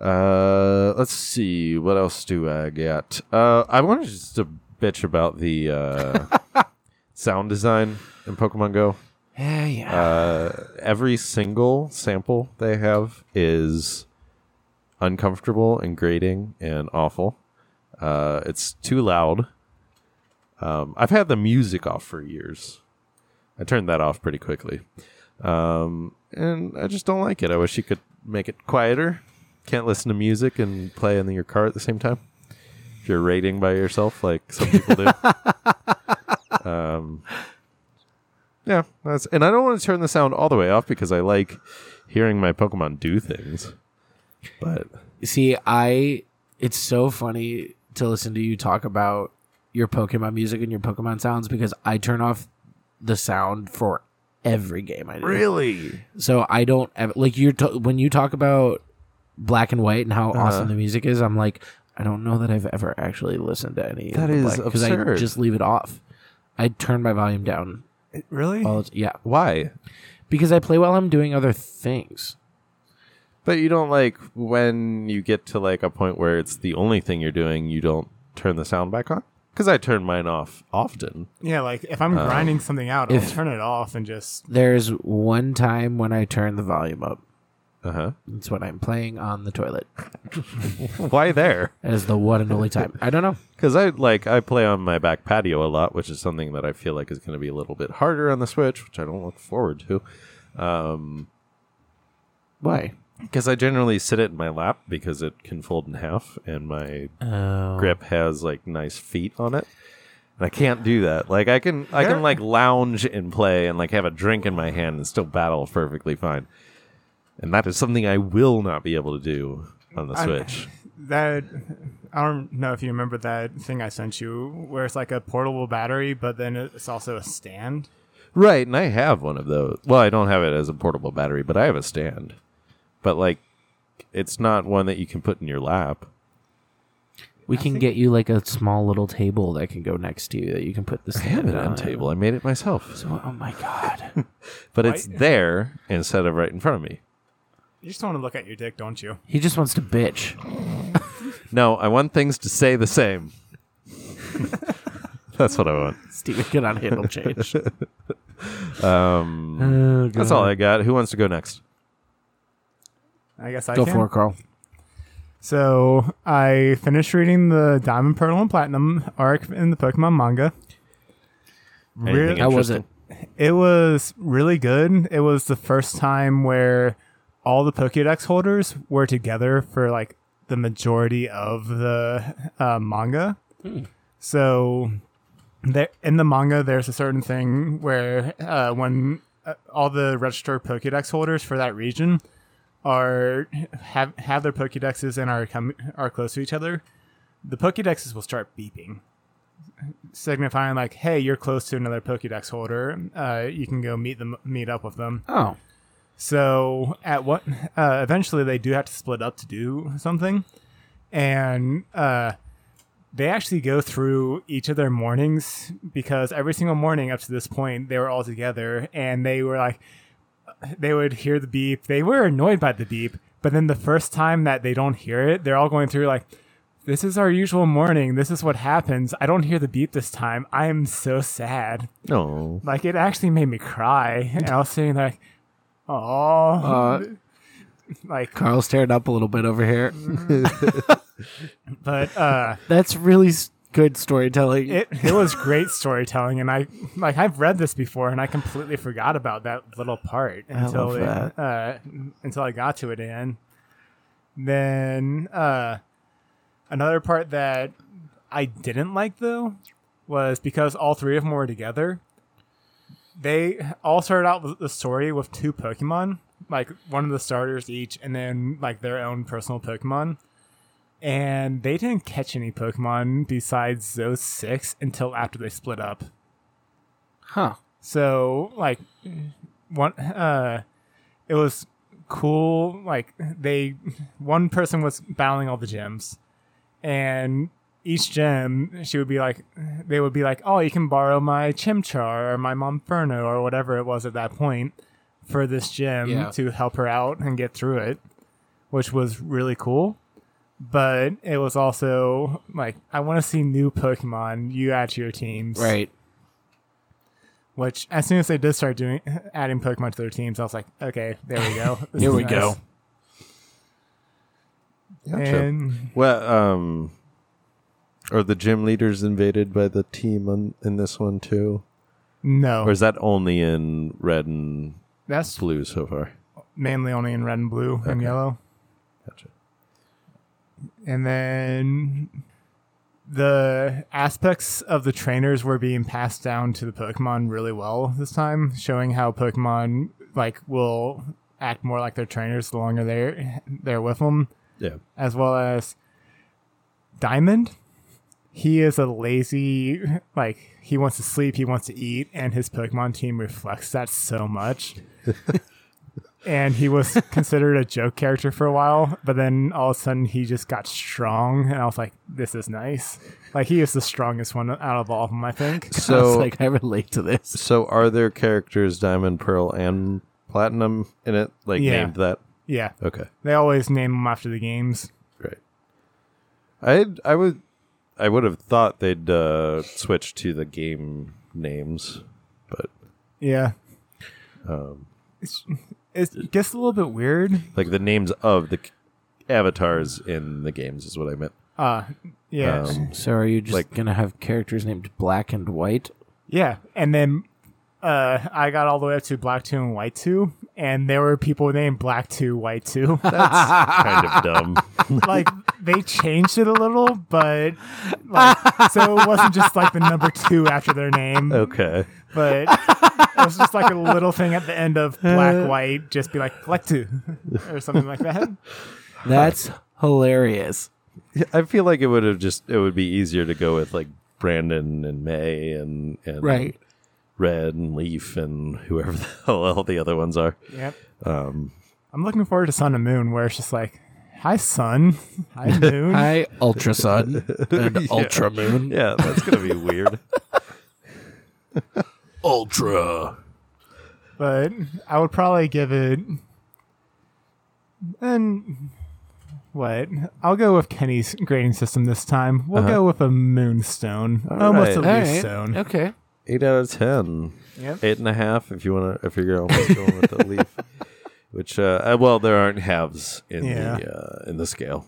uh, let's see what else do I got. Uh, I wanted just to bitch about the uh, sound design in Pokemon Go. Yeah, yeah. Uh, every single sample they have is uncomfortable and grating and awful. Uh, it's too loud. Um, I've had the music off for years. I turned that off pretty quickly. Um, and I just don't like it. I wish you could make it quieter. Can't listen to music and play in your car at the same time. If you're raiding by yourself, like some people do. Yeah, that's and I don't want to turn the sound all the way off because I like hearing my Pokemon do things. But See, I it's so funny to listen to you talk about your Pokemon music and your Pokemon sounds because I turn off the sound for every game I do. really, So I Uh-huh. don't ever like you're t- when you talk about black and white and how awesome the music is. I'm like, I don't know that I've ever actually listened to any. That of the is black, 'cause I absurd. just leave it off. I turn my volume down. Really? All the t- yeah, Uh, Why? because I play while I'm doing other things. But you don't like when you get to like a point where it's the only thing you're doing, you don't turn the sound back on? Because I turn mine off often. yeah, like if Uh, I'm grinding something out, I'll if- turn it off and just There's one time when I turn the volume up. Uh huh. It's when I'm playing on the toilet. Why there? That is the one and only time. I don't know. Because I like I play on my back patio a lot, which is something that I feel like is going to be a little bit harder on the Switch, which I don't look forward to. Why? Because I generally sit it in my lap because it can fold in half, and my grip has like nice feet on it. And I can't do that. Like I can, I can like lounge and play, and like have a drink in my hand and still battle perfectly fine. And that is something I will not be able to do on the I'm- Switch. that. I don't know if you remember that thing I sent you where it's like a portable battery, but then it's also a stand. Right, and I have one of those. Well, I don't have it as a portable battery, but I have a stand. But like, it's not one that you can put in your lap. We can get you like a small little table that can go next to you that you can put this. I have it on table. I made it myself, So, oh my god. but it's there instead of right in front of me. You just want to look at your dick, don't you? he just wants to bitch. No, I want things to say the same. That's what I want. Steven, get on handle change. um, That's all I got. Who wants to go next? I guess I Go can. for it, Carl. So I finished reading the Diamond, Pearl, and Platinum arc in the Pokemon manga. Anything Really, How was it? Interesting. it was really good. It was the first time where all the Pokédex holders were together for like the majority of the uh, manga. So there in the manga there's a certain thing where uh, when uh, all the registered pokédex holders for that region are have have their pokédexes and are com- are close to each other the pokédexes will start beeping signifying like hey you're close to another pokédex holder uh, you can go meet them meet up with them Oh, so at what uh, eventually they do have to split up to do something, and uh, they actually go through each of their mornings because every single morning up to this point they were all together and they were like they would hear the beep. They were annoyed by the beep, but then the first time that they don't hear it, they're all going through like. This is our usual morning. This is what happens. I don't hear the beep this time. I am so sad. No. Like it actually made me cry. And I was sitting there like, oh, uh, like, Carl's tearing up a little bit over here. but uh, That's really s- good storytelling. it it was great storytelling, and I like I've read this before, and I completely forgot about that little part until love it, that. Uh, until I got to it, and then uh, another part that I didn't like though was because all three of them were together. They all started out with the story with two Pokemon, like one of the starters each, and then like their own personal Pokemon. And they didn't catch any Pokemon besides those six until after they split up. huh. So like one uh it was cool like they one person was battling all the gems and each gem she would be like they would be like oh you can borrow my chimchar or my momferno or whatever it was at that point for this gem Yeah. to help her out and get through it which was really cool but it was also like i want to see new pokemon you add to your teams Right. which, as soon as they did start doing adding Pokemon to their teams, I was like, okay, there we go. This Here is we nice. go. And Well, um, are the gym leaders invaded by the team on, in this one too, no, or is that only in red and that's blue so far? mainly only in red and blue and Okay. yellow. Gotcha. And then the aspects of the trainers were being passed down to the Pokemon really well this time, showing how Pokemon like will act more like their trainers the longer they're they're with them. Yeah. as well as Diamond. He is a lazy, like, he wants to sleep, he wants to eat, and his Pokemon team reflects that so much. and he was considered a joke character for a while, but then all of a sudden he just got strong, and I was like, "This is nice." Like he is the strongest one out of all of them, I think. I was So, like, I relate to this. so are there characters Diamond, Pearl, and Platinum in it? Like Yeah. named that? Yeah, Okay, they always name them after the games. great. I I would I would have thought they'd uh, switch to the game names, but Yeah, um, it's, it gets a little bit weird. like the names of the c- avatars in the games is what I meant. Uh, yeah, Um, So are you just Like- gonna have characters named Black and White? Yeah, and then uh, I got all the way up to Black Two and White Two, and there were people named Black Two, White Two. That's kind of dumb. like they changed it a little, but like, so it wasn't just like the number two after their name, okay. but it was just like a little thing at the end of Black White, just be like Black Two or something like that. That's hilarious. I feel like it would have just it would be easier to go with like Brandon and May and and Red and Leaf and whoever the hell all the other ones are. Yep. Um, I'm looking forward to Sun and Moon, where it's just like, hi Sun, hi Moon. Hi, Ultra Sun and Ultra Moon. yeah, that's gonna be weird. Ultra. but I would probably give it. And what? I'll go with Kenny's grading system this time. We'll go with a moonstone, almost right. a All leaf right. stone. Okay. Eight out of ten. Yep. Eight and a half if you wanna if you're almost going with the Leaf. Which uh, uh, well, there aren't halves in Yeah. the uh, in the scale.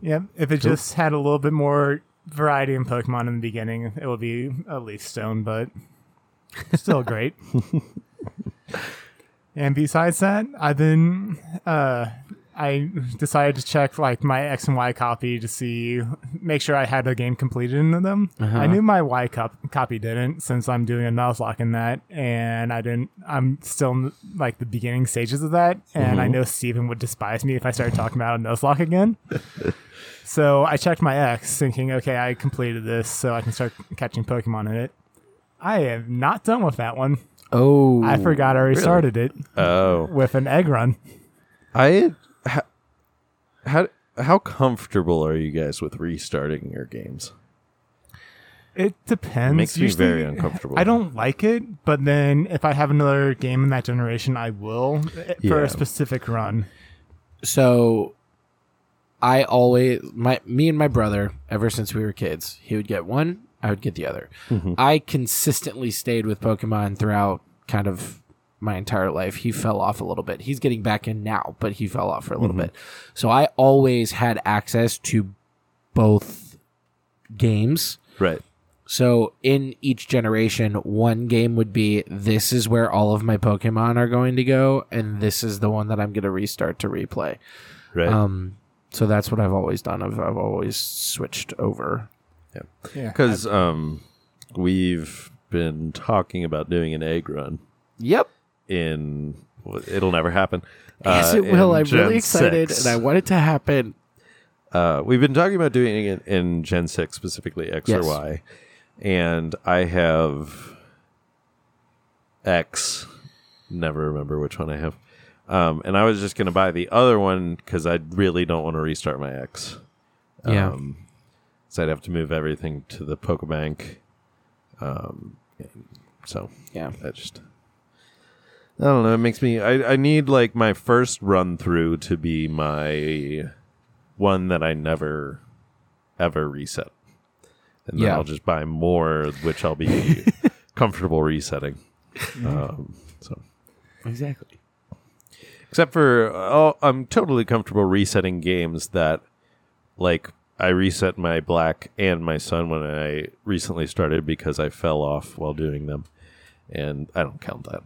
Yep. If it just had a little bit more variety in Pokemon in the beginning, it would be a leaf stone, but still great. and besides that, I've been uh I decided to check like my X and Y copy to see make sure I had the game completed in them. I knew my Y cop- copy didn't since I'm doing a Nuzlocke in that and I didn't I'm still in like the beginning stages of that and I know Steven would despise me if I started talking about a Nuzlocke again. So I checked my X, thinking, okay, I completed this, so I can start catching Pokemon in it. I am not done with that one. Oh, I forgot I already started it Oh. with an egg run. I ha- how how comfortable are you guys with restarting your games? It depends. makes me Usually, very uncomfortable. I don't like it, but then if I have another game in that generation, I will eh, for Yeah. a specific run. so I always my me and my brother ever since we were kids, he would get one, I would get the other. I consistently stayed with Pokemon throughout kind of my entire life. He fell off a little bit. He's getting back in now, but he fell off for a little bit. So I always had access to both games. Right. So in each generation, one game would be this is where all of my Pokemon are going to go, and this is the one that I'm going to restart to replay. Right. Um, so that's what I've always done. I've I've always switched over. Yeah. Because um, we've been talking about doing an egg run Yep. in. well, It'll never happen. Yes, uh, it will. in I'm Gen really excited, 6. and I want it to happen. uh, we've been talking about doing it in Gen 6, specifically X Yes. or Y. And I have X. Never remember which one I have. Um, and I was just going to buy the other one because I really don't want to restart my X. Yeah. Um, so I'd have to move everything to the Pokebank. Um, so Yeah. I just. I don't know. It makes me. I, I need like my first run through to be my one that I never ever reset, and then Yeah. I'll just buy more, which I'll be comfortable resetting. Um, so Exactly. except for oh, I'm totally comfortable resetting games that like I reset my black and my sun when I recently started because I fell off while doing them, and I don't count that.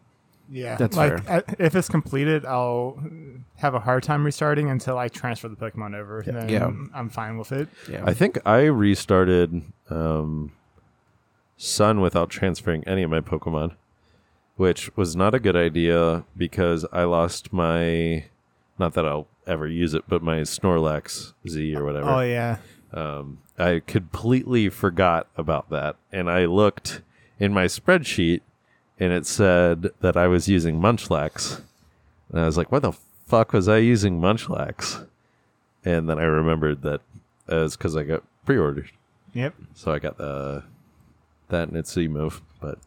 Yeah, That's like a- if it's completed, I'll have a hard time restarting until I transfer the Pokemon over. Then Yeah. I'm fine with it. Yeah. I think I restarted um, Sun without transferring any of my Pokemon, which was not a good idea because I lost my. Not that I'll ever use it, but my Snorlax Z or whatever. Oh yeah, Um, I completely forgot about that, and I looked in my spreadsheet, and it said that I was using Munchlax. And I was like, why the fuck was I using Munchlax? And then I remembered that uh, it's because I got pre ordered. Yep. So I got the that and its C move. But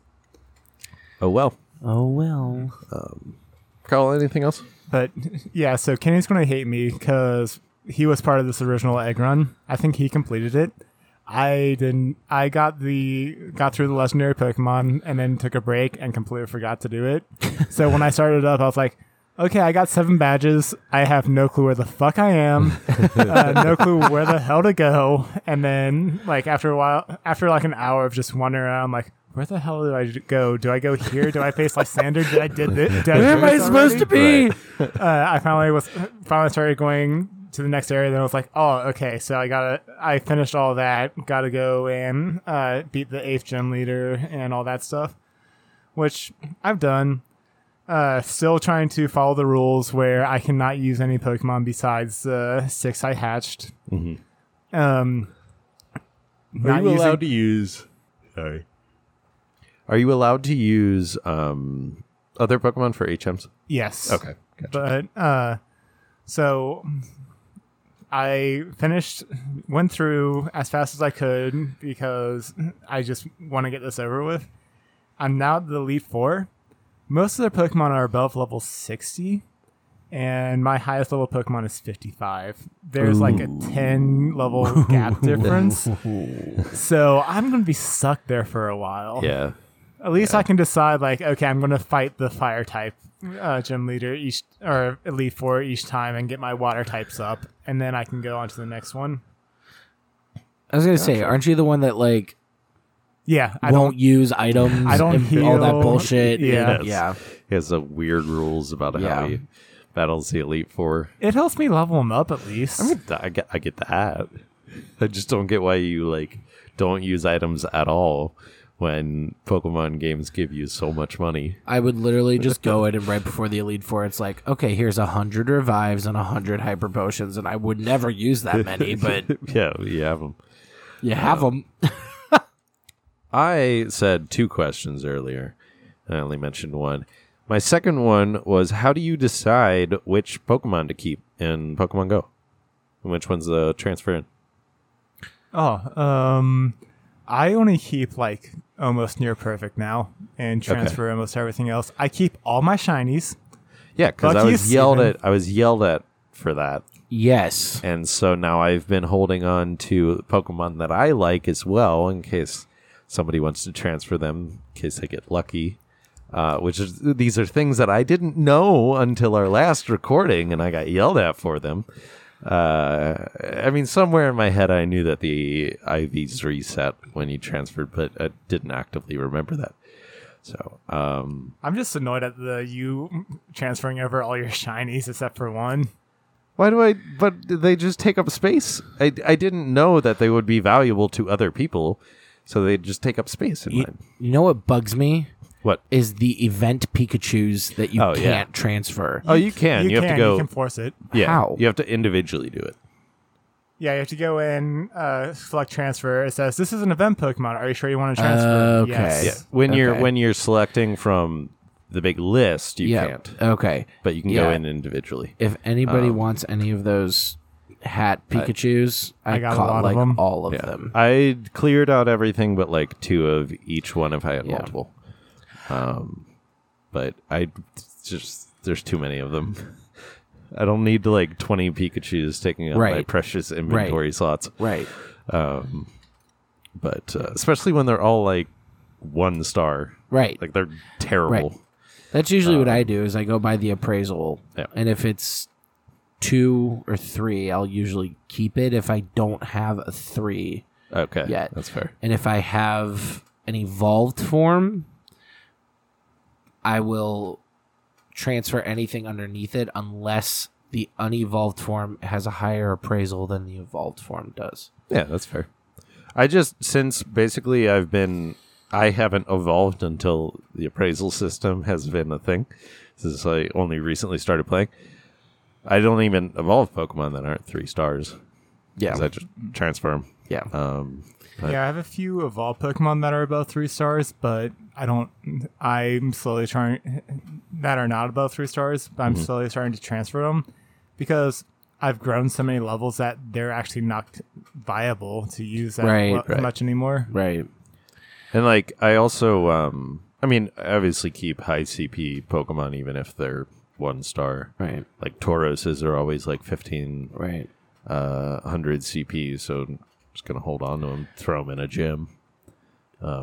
oh well. Oh well. Carl, anything else? But yeah, so Kenny's going to hate me because he was part of this original egg run. I think he completed it. I didn't. I got the got through the legendary Pokemon and then took a break and completely forgot to do it. so when I started up, I was like, "Okay, I got seven badges. I have no clue where the fuck I am. uh, no clue where the hell to go." And then, like after a while, after like an hour of just wandering around, I'm like, "Where the hell do I go? Do I go here? Do I face Lysander? Did I did this? Did Where am I supposed to be? uh, I finally was finally started going to the next area. Then I was like, oh, okay. So I gotta, I finished all that. Gotta go and uh, beat the eighth gym leader and all that stuff, which I've done. Uh, still trying to follow the rules where I cannot use any Pokemon besides the six I hatched. Um, not using- to use? Sorry. Are you allowed to use um, other Pokemon for HMs? Yes. Okay. Gotcha. but uh so i finished went through as fast as i could because i just want to get this over with i'm now at the elite four most of their pokemon are above level 60 and my highest level pokemon is 55 there's like a 10 level gap difference so i'm gonna be stuck there for a while Yeah. at least I can decide, like, okay, I'm going to fight the fire type uh, gym leader each, or elite four each time, and get my water types up, and then I can go on to the next one. I was gonna say, aren't you the one that like Yeah, I won't don't. use items? I don't and all that heal. bullshit. Yeah. and- yeah. He has a weird rules about how Yeah. he battles the Elite Four. It helps me level them up at least. I get, I get that. I just don't get why you like don't use items at all when Pokemon games give you so much money. I would literally just go in and right before the Elite Four, it's like, okay, here's a hundred revives and a hundred hyper potions, and I would never use that many, but Yeah, you have 'em. you have them. I said two questions earlier, and I only mentioned one. My second one was how do you decide which Pokemon to keep in Pokemon Go? And which one's the transfer in? oh, um, I only keep like almost near perfect now, and transfer almost everything else. I keep all my shinies. Yeah, because I Fuck you, was yelled Steven. at. I was yelled at for that, Yes. and so now I've been holding on to Pokemon that I like as well, in case somebody wants to transfer them, in case I get lucky. Uh, which is these are things that I didn't know until our last recording, and I got yelled at for them. Uh, I mean, somewhere in my head, I knew that the IVs reset when you transferred, but I didn't actively remember that. So, um, I'm just annoyed at the you transferring over all your shinies except for one. Why do I? But they just take up space. I, I didn't know that they would be valuable to other people, so they just take up space in You, mine. you know what bugs me What? is the event Pikachu's that you Oh, can't yeah. transfer. Oh, you can. You, you have can, to go. You can force it. yeah, How? you have to individually do it. Yeah, you have to go in, uh, select transfer. It says this is an event Pokemon. Are you sure you want to transfer? Uh, Okay. Yeah, Yes. when you're Okay. when you're selecting from the big list, you yeah. can't. Okay. But um, you can go Yeah. in individually. If anybody wants any of those hat Pikachu's, I, I got a caught lot of like them. all of Yeah. them. I cleared out everything but like two of each one if I had Yeah. multiple. Um, but I just there's too many of them. I don't need like 20 Pikachu's taking up my Right. precious inventory slots. Right. But uh, especially when they're all like one star, Right. like they're terrible. Right. That's usually what I do is I go by the appraisal, Yeah. and if it's two or three, I'll usually keep it. If I don't have a three, Okay, Yeah. that's fair. and if I have an evolved form, I will transfer anything underneath it unless the unevolved form has a higher appraisal than the evolved form does. Yeah, that's fair. I just since basically I've been I haven't evolved until the appraisal system has been a thing since I only recently started playing. I don't even evolve Pokemon that aren't three stars. 'cause I just transfer them. yeah. Um, Yeah, I have a few evolved Pokemon that are above three stars, but I don't. I'm slowly trying that are not above three stars. But I'm Mm-hmm. slowly starting to transfer them because I've grown so many levels that they're actually not viable to use that Right, mu- right. much anymore. Right. And like I also um I mean I obviously keep high CP Pokemon even if they're one star. Right. Like Tauroses are always like 15 Right. uh 100 CP so I'm just going to hold on to them, throw them in a gym. Um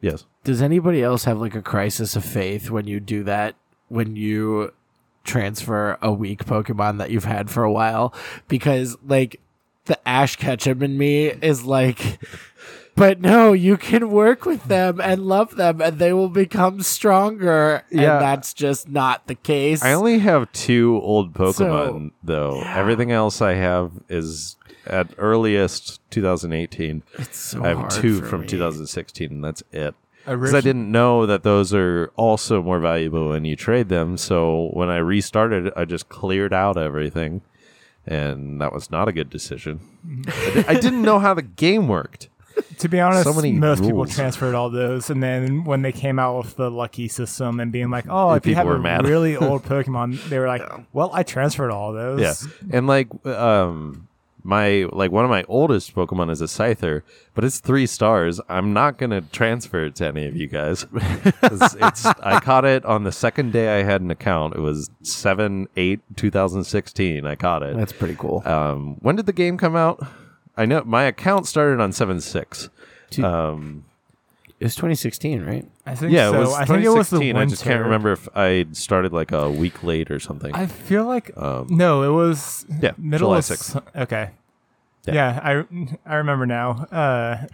yes. Does anybody else have like a crisis of faith when you do that? When you transfer a weak Pokemon that you've had for a while? Because like the Ash Ketchum in me is like, but no, you can work with them and love them and they will become stronger. Yeah. And that's just not the case. I only have two old Pokemon So- though. Everything else I have is at earliest 2018. it's so I have hard two for from me. 2016 and that's it. Because I Origi- didn't know that those are also more valuable when you trade them. So when I restarted, I just cleared out everything, and that was not a good decision. I, Mm-hmm. di- I didn't know how the game worked. to be honest, so many most people rules. transferred all those, and then when they came out with the lucky system and being like, "Oh, Yeah, if you people have were a mad. really old Pokemon," they were like, "Well, I transferred all those." Yeah, and like um, my like one of my oldest Pokemon is a Scyther, but it's three stars. I'm not gonna transfer it to any of you guys. 'Cause it's, I caught it on the second day I had an account. It was seven eight 2016. I caught it. That's pretty cool. um, when did the game come out? I know my account started on seven six. Dude. Um, it was 2016, right? I think yeah, so. it was I think it was the 2016. winter. I just can't remember if I started like a week late or something. I feel like Um, no, it was Yeah, middle July of 6th. su- Okay. Yeah. Yeah. I I remember now. Uh,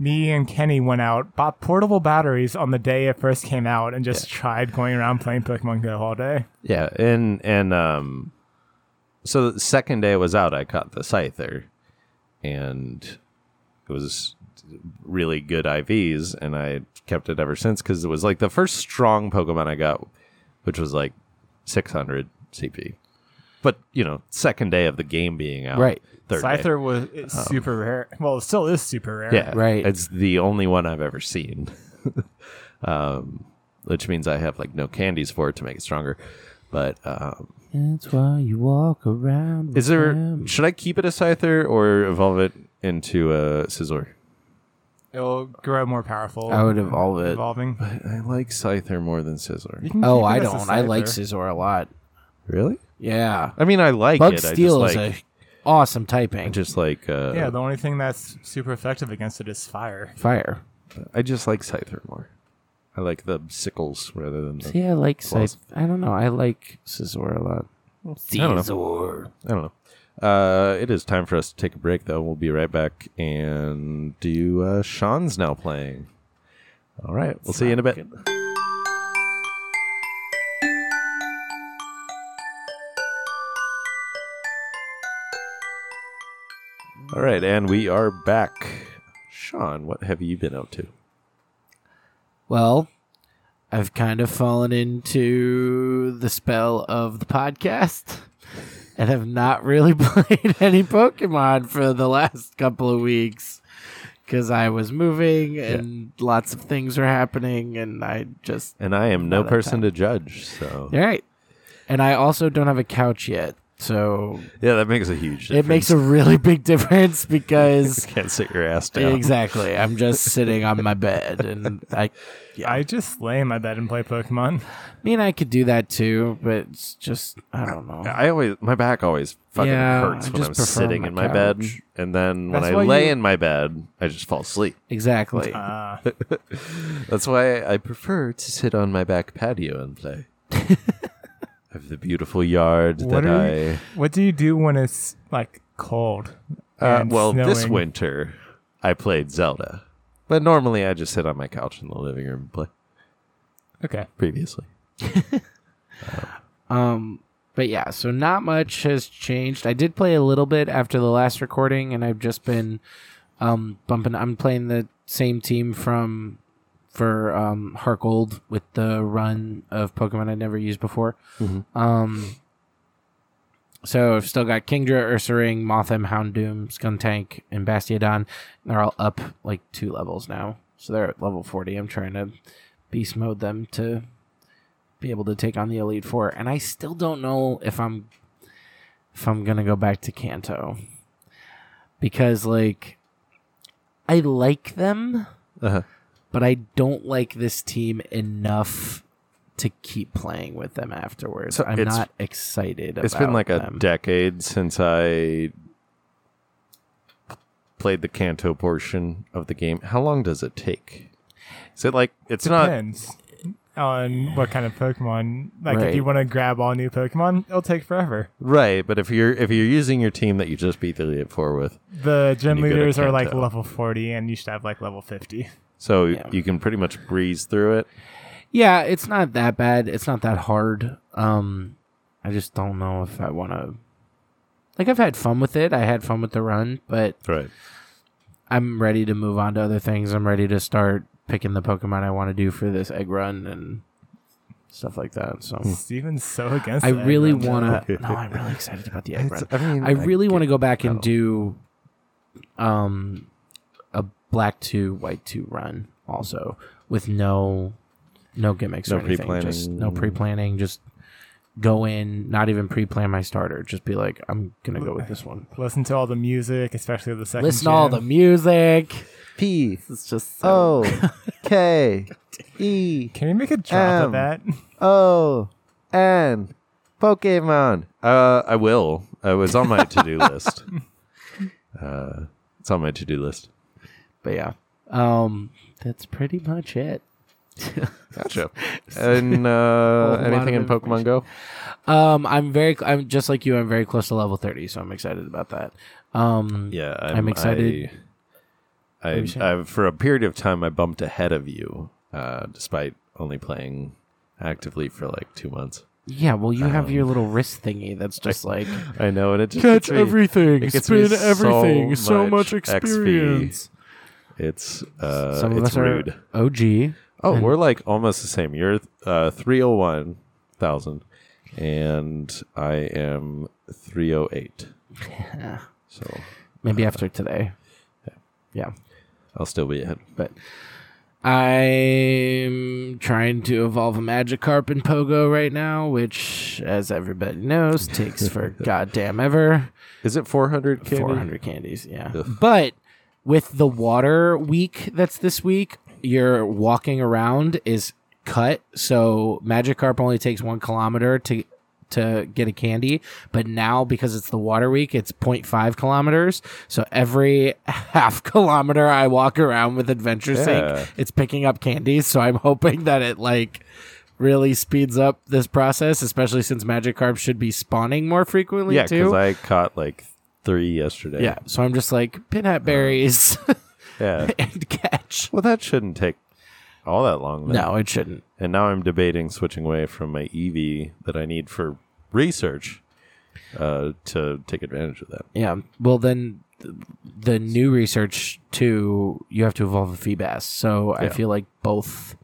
me and Kenny went out, bought portable batteries on the day it first came out, and just tried going around playing Pokemon Go all day. yeah, and and um, so the second day it was out, I caught the Scyther, and it was really good IVs, and I kept it ever since because it was like the first strong Pokemon I got, which was like six hundred CP. But you know, second day of the game being out, Right. Third day. Um, Scyther was it's super rare. Well, it still is super rare. Yeah, Right. It's the only one I've ever seen, um, which means I have like no candies for it to make it stronger. But um, That's why you walk around. is there? Should I keep it a Scyther or evolve it into a Scizor? It'll grow more powerful. I would evolve it. evolving. I like Scyther more than Scizor. Oh, I don't. I like Scizor a lot. Really? Yeah. I mean, I like Bug it. Steel I is just like, a awesome typing. just like uh, Yeah, the only thing that's super effective against it is fire. Fire. I just like Scyther more. I like the sickles rather than the. See, I like Claws. Scythe. I don't know. I like Scizor a lot. don't know. Scizor. I don't know. Uh, it is time for us to take a break, though. We'll be right back and do uh, Sean's now playing. All right, we'll see you in a bit. All right, and we are back. Sean, what have you been up to? Well, I've kind of fallen into the spell of the podcast and have not really played any Pokemon for the last couple of weeks because I was moving and lots of things were happening and I just. And I am no that person to judge, so All right. And I also don't have a couch yet. So yeah, that makes a huge. it difference. makes a really big difference because. can't sit your ass down. Exactly. I'm just sitting on my bed and I I just lay in my bed and play Pokemon. Me and I could do that too, but it's just I don't know. I always my back always fucking Yeah, hurts I when just I'm prefer sitting my in my couch. bed, and then That's when I why lay you- in my bed, I just fall asleep. Exactly. Uh, That's why I prefer to sit on my back patio and play. I have the beautiful yard What that are I. you- what do you do when it's like cold? Uh, and well, this snowing? winter I played Zelda, but normally I just sit on my couch in the living room and play. Okay. Previously, Um but yeah, so not much has changed. I did play a little bit after the last recording and I've just been um bumping I'm playing the same team from for um Heartgold with the run of Pokemon I'd never used before. Um so I've still got Kingdra, Ursaring, Motham, Houndoom, Skuntank, and Bastiodon. They're all up like two levels now. So they're at level 40. I'm trying to beast mode them to be able to take on the Elite Four. And I still don't know if I'm if I'm gonna go back to Kanto. Because like I like them, Uh-huh. but I don't like this team enough to keep playing with them afterwards. So I'm it's- not excited It's been about like a them. decade since I played the Kanto portion of the game. How long does it take? Is it like it's not? Depends on what kind of Pokemon. Like Right. if you want to grab all new Pokemon, it'll take forever. Right, but if you're if you're using your team that you just beat the Elite Four with, The And gym you go to leaders are like Kanto. level forty, and you should have like level fifty. so Yeah. you can pretty much breeze through it. Yeah, it's not that bad. It's not that hard. Um I just don't know if I want to Like I've had fun with it. I had fun with the run, but Right. I'm ready to move on to other things. I'm ready to start picking the Pokemon I want to do for this egg run and stuff like that. So Hmm. Steven's so against. Hmm. I that, really man. want to. No, I'm really excited about the egg run. I mean, I really want to get- go back and do, um, a black two, white two run also with no, no gimmicks or No anything. Just pre-planning. no pre planning. Just go in, not even pre plan my starter. Just be like, I'm gonna go with this one. listen to all the music, especially the second. Listen to all the gym. music. P It's just so O K E Can we make a drop Um, of that? O N Pokemon. Uh, I will. Uh, It was on my to do list. Uh, it's on my to do list. But yeah, um, that's pretty much it. Gotcha. And uh, lot anything in of Pokemon Go? Um, I'm very, cl- I'm just like you. I'm very close to level thirty, so I'm excited about that. Um, Yeah, I'm excited. I, you saying? I, I've for a period of time I bumped ahead of you, uh, despite only playing actively for like two months. yeah. Well, you have your little wrist thingy that's just like I know, and Um, it just catch gets me- everything, it gets me spin everything, so much, XP. experience. It's uh, Some of it's us are rude. OG. Oh, we're like almost the same. You're uh, three hundred one thousand, and I am three hundred eight. so Uh, Maybe after today. Yeah, I'll still be ahead. but I'm trying to evolve a Magikarp in Pogo right now, which, as everybody knows, takes for goddamn ever. Is it four hundred? Four hundred candies, yeah. Ugh. But with the water week that's this week, your walking around is cut. So Magikarp only takes one kilometer to to get a candy, but now because it's the water week, it's 0.5 kilometers. So every half kilometer I walk around with Adventure Yeah. Sync, it's picking up candies. So I'm hoping that it like really speeds up this process, especially since Magikarp should be spawning more frequently Yeah, too. because I caught like three yesterday. Yeah. So I'm just like pinhat berries yeah. and catch. Well, that shouldn't take all that long. Then. No, it shouldn't. And now I'm debating switching away from my EV that I need for research uh, to take advantage of that. Yeah. Well, then th- the new research too, you have to evolve a Feebas. So I Yeah. feel like both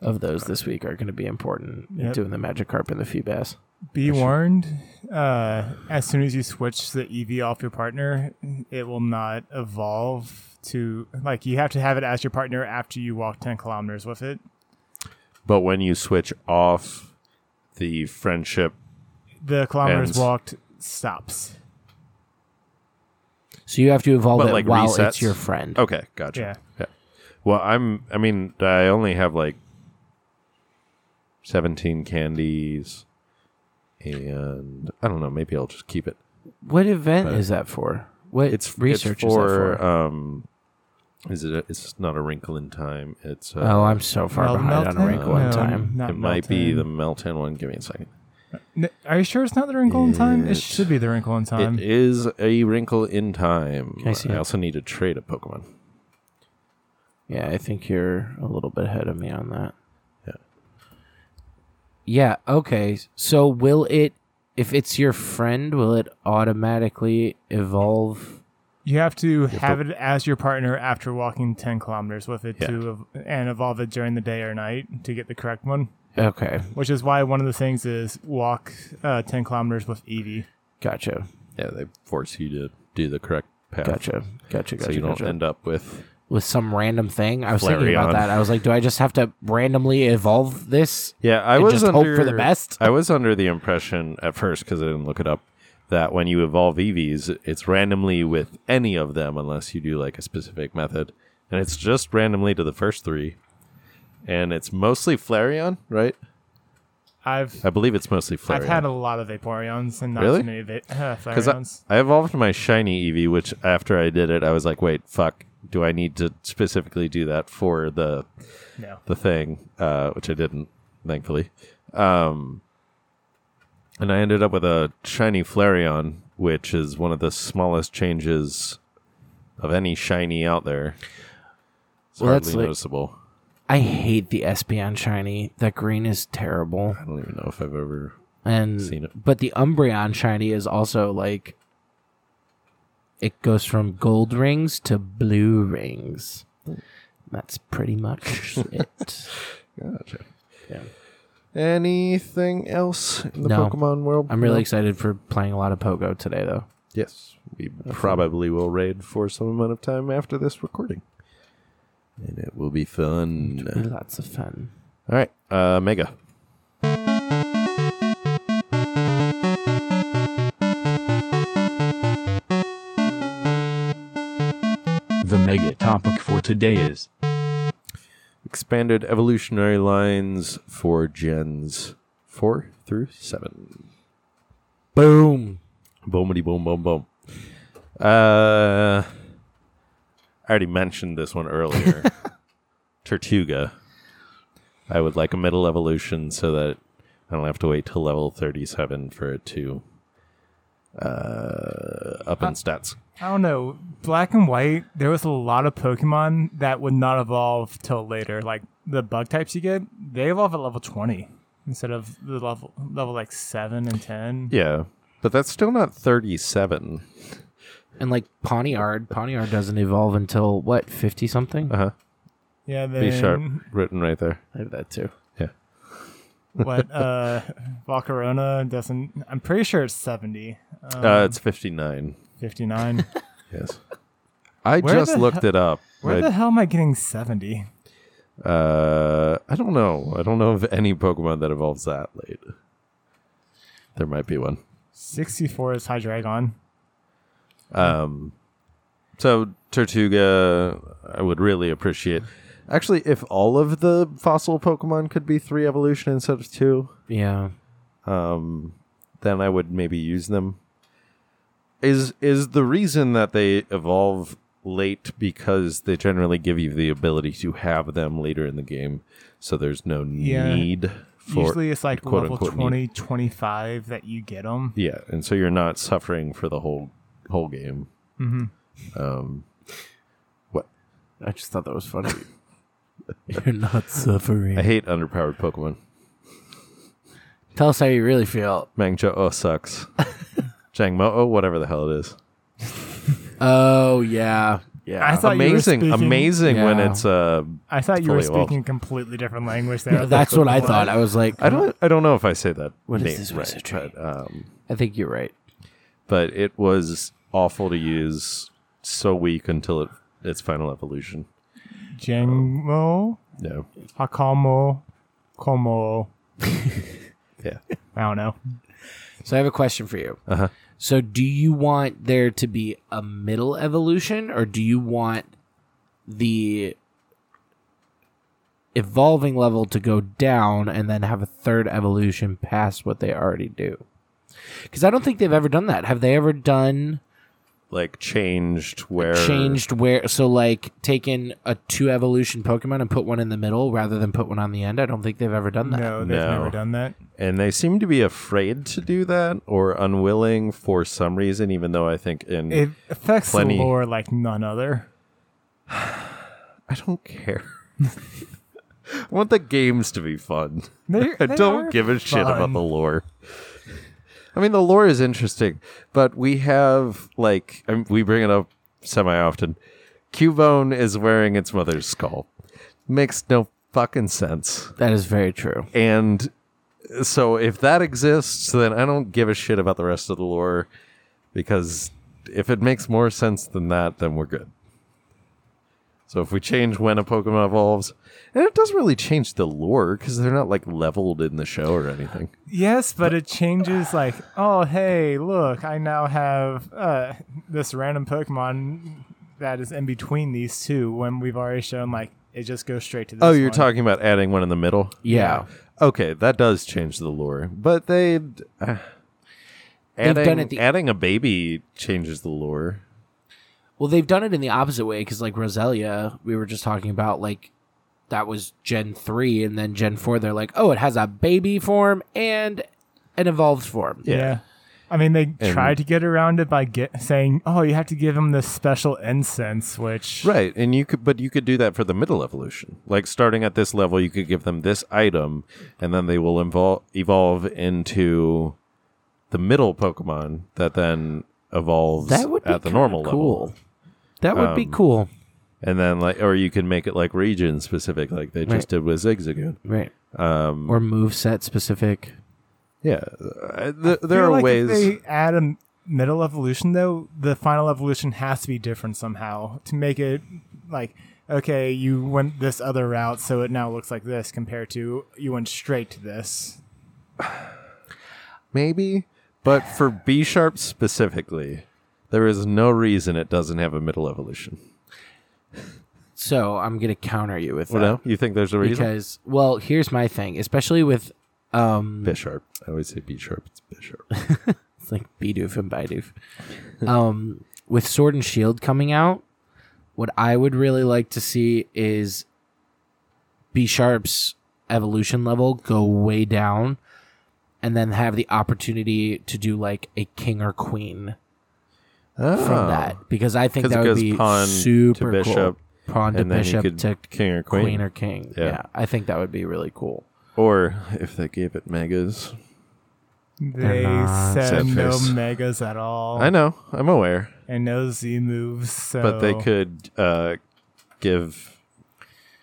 of those this week are going to be important. Yep. Doing the Magikarp and the Feebas. Be warned. Uh, as soon as you switch the EV off your partner, it will not evolve to like you have to have it as your partner after you walk ten kilometers with it. But when you switch off the friendship, The kilometers Ends. walked stops. So you have to evolve But, it like, while resets? Oh. it's your friend. okay, gotcha. Yeah. Well, I'm. I mean, I only have like seventeen candies, and I don't know. Maybe I'll just keep it. What event But- is that for? What it's research it's for, is that for? um is it a, it's not a wrinkle in time it's uh, um, oh, I'm so far Mel- behind on Melton? a Oh, wrinkle in No, time. not it might be the Melton. melton one give me a second N- Are you sure it's not the wrinkle in time? It- It should be the wrinkle in time. it is a wrinkle in time I see it? also need to trade a pokemon Yeah, I think you're a little bit ahead of me on that. Yeah. Yeah, okay. So will it if it's your friend, will it automatically evolve? you have to have it as your partner after walking ten kilometers with it to ev- and evolve it during the day or night to get the correct one. Okay. Which is why one of the things is walk uh, ten kilometers with Eevee. Gotcha. yeah they force you to do the correct path Gotcha. Gotcha. Gotcha. so you don't gotcha. end up with with some random thing. I was thinking Flareon. about that. I was like, do I just have to randomly evolve this? Yeah, I and was just under, hope for the best. I was under the impression at first because I didn't look it up that when you evolve EVs, it's randomly with any of them unless you do like a specific method, and it's just randomly to the first three, and it's mostly Flareon, right? I've I believe it's mostly Flareon. I've had a lot of Vaporeons and not Really? too many va- uh, I, Flareons. I evolved my shiny Eevee, which after I did it, I was like, wait, fuck, do I need to specifically do that for the no. the thing, uh, which I didn't, thankfully. Um, and I ended up with a shiny Flareon, which is one of the smallest changes of any shiny out there. It's Well, that's hardly like- noticeable. I hate the Espeon shiny. That green is terrible. I don't even know if I've ever. And Seen it. but the Umbreon shiny is also like it goes from gold rings to blue rings. That's pretty much it. Gotcha. Yeah. Anything else in the No. Pokemon world? I'm really No? excited for playing a lot of Pogo today, though. Yes, we probably will raid for some amount of time after this recording. And it will be Be fun. Lots of fun. All right, uh, Mega. The mega topic for today is Expanded evolutionary lines for gens 4 through 7. Boom. Boomity boom boom boom. Uh, I already mentioned this one earlier. Tortuga. I would like a middle evolution so that I don't have to wait till level thirty-seven for it to uh, up in stats. I don't know. Black and white, there was a lot of Pokemon that would not evolve till later. Like the bug types you get, they evolve at level twenty instead of the level level like seven and ten. Yeah, but that's still not thirty-seven. And like Ponyard, Ponyard doesn't evolve until what, fifty something? Uh huh. Yeah, then B sharp written right there. I have that too. Yeah. what uh Volcarona doesn't I'm pretty sure it's 70. Um, Uh, it's fifty-nine. 59. Yes. I Where just the looked it up. Where I, the hell am I getting 70? uh, I don't know. I don't know of any Pokemon that evolves that late. There might be one. 64 is Hydreigon. Um, so Tortuga, I would really appreciate. Actually, if all of the fossil Pokemon could be three evolution instead of two, Yeah. um, then I would maybe use them. Is is the reason that they evolve late because they generally give you the ability to have them later in the game, so there's no Yeah. need for Usually it's like quote level unquote need. 20, 25 that you get them. Yeah, and so you're not suffering for the whole whole game. Mm-hmm. Um, what I just thought that was funny. You're not suffering. I hate underpowered Pokemon. Tell us how you really feel. Mangcho oh sucks. Jangmo oh whatever the hell it is. Oh yeah. Yeah. I thought Amazing, you were speaking, amazing when Yeah. it's uh I thought you were fully evolved. speaking completely different language there. That's what I thought. I was like, I don't I don't know if I say that. What is name this right, wizardry? but, um I think you're right. but it was awful to use so weak until it its final evolution. Jengmo, No. Hakamo, Komo. Yeah. I don't know. So I have a question for you. Uh-huh. So do you want there to be a middle evolution, or do you want the evolving level to go down and then have a third evolution past what they already do? Because I don't think they've ever done that. Have they ever done Like changed where changed where? So like taken a two evolution Pokemon and put one in the middle rather than put one on the end. I don't think they've ever done that. No, they've No. never done that. and they seem to be afraid to do that or unwilling for some reason even though i think in It affects Plenty. the lore like none other. i don't care i want the games to be fun They- i they don't are give a shit about fun. the lore i mean the lore is interesting but we have like I mean, we bring it up semi often cubone is wearing its mother's skull makes no fucking sense That is very true. And so if that exists, then I don't give a shit about the rest of the lore because if it makes more sense than that, then we're good. So if we change when a Pokemon evolves, and it doesn't really change the lore because they're not like leveled in the show or anything. Yes, but it changes like, oh hey, look, I now have uh, this random Pokemon that is in between these two when we've already shown like it just goes straight to this Oh, you're one. talking about adding one in the middle? Yeah. Okay, that does change the lore, but they uh, They've adding done it the- adding a baby changes the lore. Well, they've done it in the opposite way because, like Roselia, we were just talking about, like that was Gen three, and then Gen four. They're like, oh, it has a baby form and an evolved form. Yeah. I mean, they And- tried to get around it by get, saying, "Oh, you have to give him this special incense," which Right, and you could, but you could do that for the middle evolution. Like starting at this level, you could give them this item, and then they will evol- evolve into the middle Pokemon that then evolves That would be at the normal kinda level. cool. That would be Um, cool, And then like, or you can make it like region specific, like they Right. just did with Zigzagoon. right? Um, or move set specific. Yeah, uh, th- I there feel are like ways. If they add a m- middle evolution, though, the final evolution has to be different somehow to make it like okay, you went this other route, so it now looks like this compared to you went straight to this. maybe. But for B sharp specifically, there is no reason it doesn't have a middle evolution. So I'm gonna counter you with Well, that no, you think there's a reason? because, well, here's my thing, especially with um, B sharp. I always say B sharp. It's B sharp. It's like Bidoof and Bidoof. um, with Sword and Shield coming out, what I would really like to see is B Sharp's evolution level go way down and then have the opportunity to do like a king or queen from that. Because I think 'Cause Oh. it that would goes be pawn to super bishop, cool. Pawn to and then you bishop could to king or queen. or king. Yeah. yeah. I think that would be really cool. Or if they gave it megas. They not- said Sad no face. megas at Oh. all, I know. I'm aware. and no Z moves. So. But Oh. they could uh, give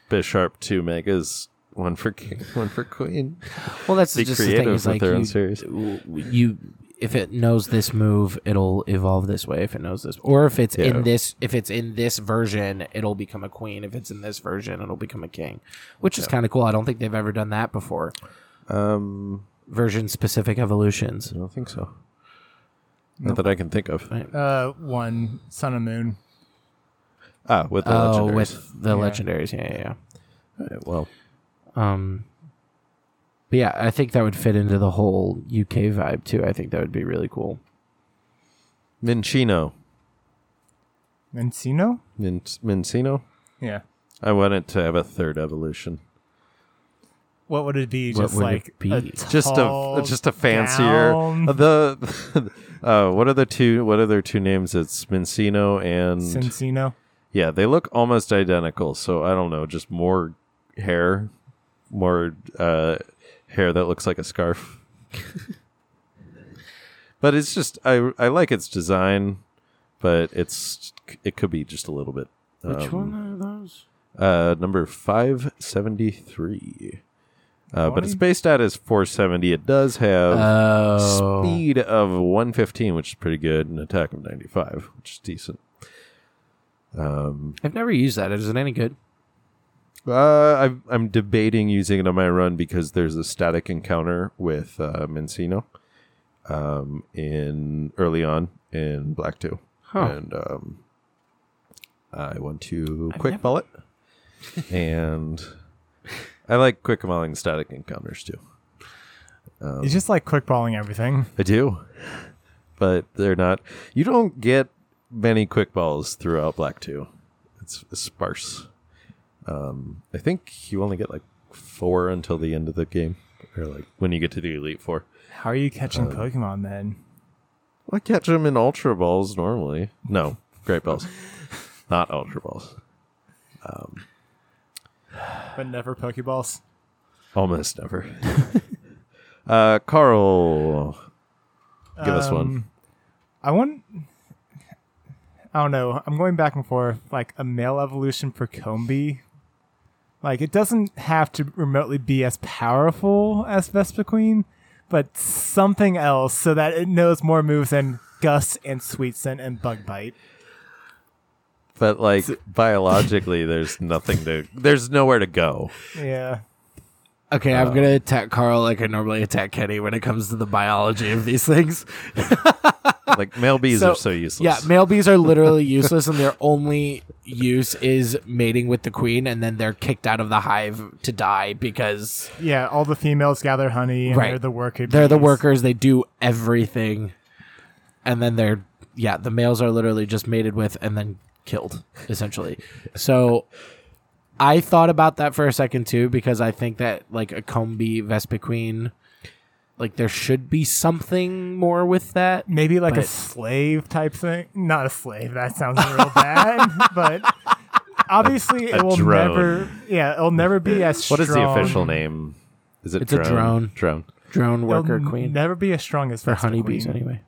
B sharp two megas. One for king, one for queen. Well, that's Be just the thing. creative Is with like their you, own series. w- you, if it knows this move, it'll evolve this way. If it knows this, or if it's Yeah. in this, if it's in this version, it'll become a queen. If it's in this version, it'll become a king, which is kind of cool. I don't think they've ever done that before. Um, Version specific evolutions. I don't think so. Not that I can think of. uh, one Sun and Moon. Ah, with the Oh, legendaries. with the Yeah. legendaries, yeah, yeah, All right, well, yeah. Um, but yeah, I think that would fit into the whole UK vibe too. I think that would be really cool. Mincino. Encino? Min- Mincino? Yeah. I want it to have a third evolution. What would it be? What Just would it like be? a uh, Just tall a just a fancier gown? the uh, what are the two what are their two names? It's Mincino and Cincino. yeah, they look almost identical. So I don't know, just more hair, more uh, hair that looks like a scarf. but it's just I I like its design, but it's it could be just a little bit. Which um, one are those? uh, number 573. Uh, but its base stat is 470. It does have Oh, speed of 115, which is pretty good, and attack of 95, which is decent. Um, I've never used that. Is it any good? uh, I'm, I'm debating using it on my run because there's a static encounter with uh, Mincino um, in early on in Black 2. Huh. And um, I want to quick ball it. and I like quick mulling static encounters too. Um, It's just like quickballing everything. I do. But they're not you don't get many quick balls throughout Black 2. It's sparse. Um I think you only get like 4 until the end of the game or like when you get to the elite 4. How are you um, catching Pokemon then? I catch them in ultra balls normally. No, great balls. not ultra balls. But never Pokeballs. Almost never. uh Carl give us one. Um, I want. I don't know. I'm going back and forth. Like a male evolution for Combi. Like it doesn't have to remotely be as powerful as Vespiquen, but something else so that it knows more moves than Gust and Sweet Scent and Bug Bite. but like biologically, there's nothing to. There's nowhere to go. Yeah. Okay, I'm gonna attack Carl like I normally attack Kenny when it comes to the biology of these things. Like male bees are so useless. Yeah, male bees are literally useless, and their only use is mating with the queen, and then they're kicked out of the hive to die because Yeah. All the females gather honey and Right. they're the worker. they're the bees. workers. They do everything, and then they're yeah. The males are literally just mated with and then killed essentially. so I thought about that for a second too because I think that like a combi Vespa queen, like there should be something more with that. Maybe like a But- slave type thing. Not a slave. That sounds real bad. But obviously, A it will drone. never. Yeah, it'll never be as. What is the strong- official name? Is it It's a drone. Drone. Drone it'll worker n- queen Never be as strong as or Vespa honeybees Um, queen. anyway.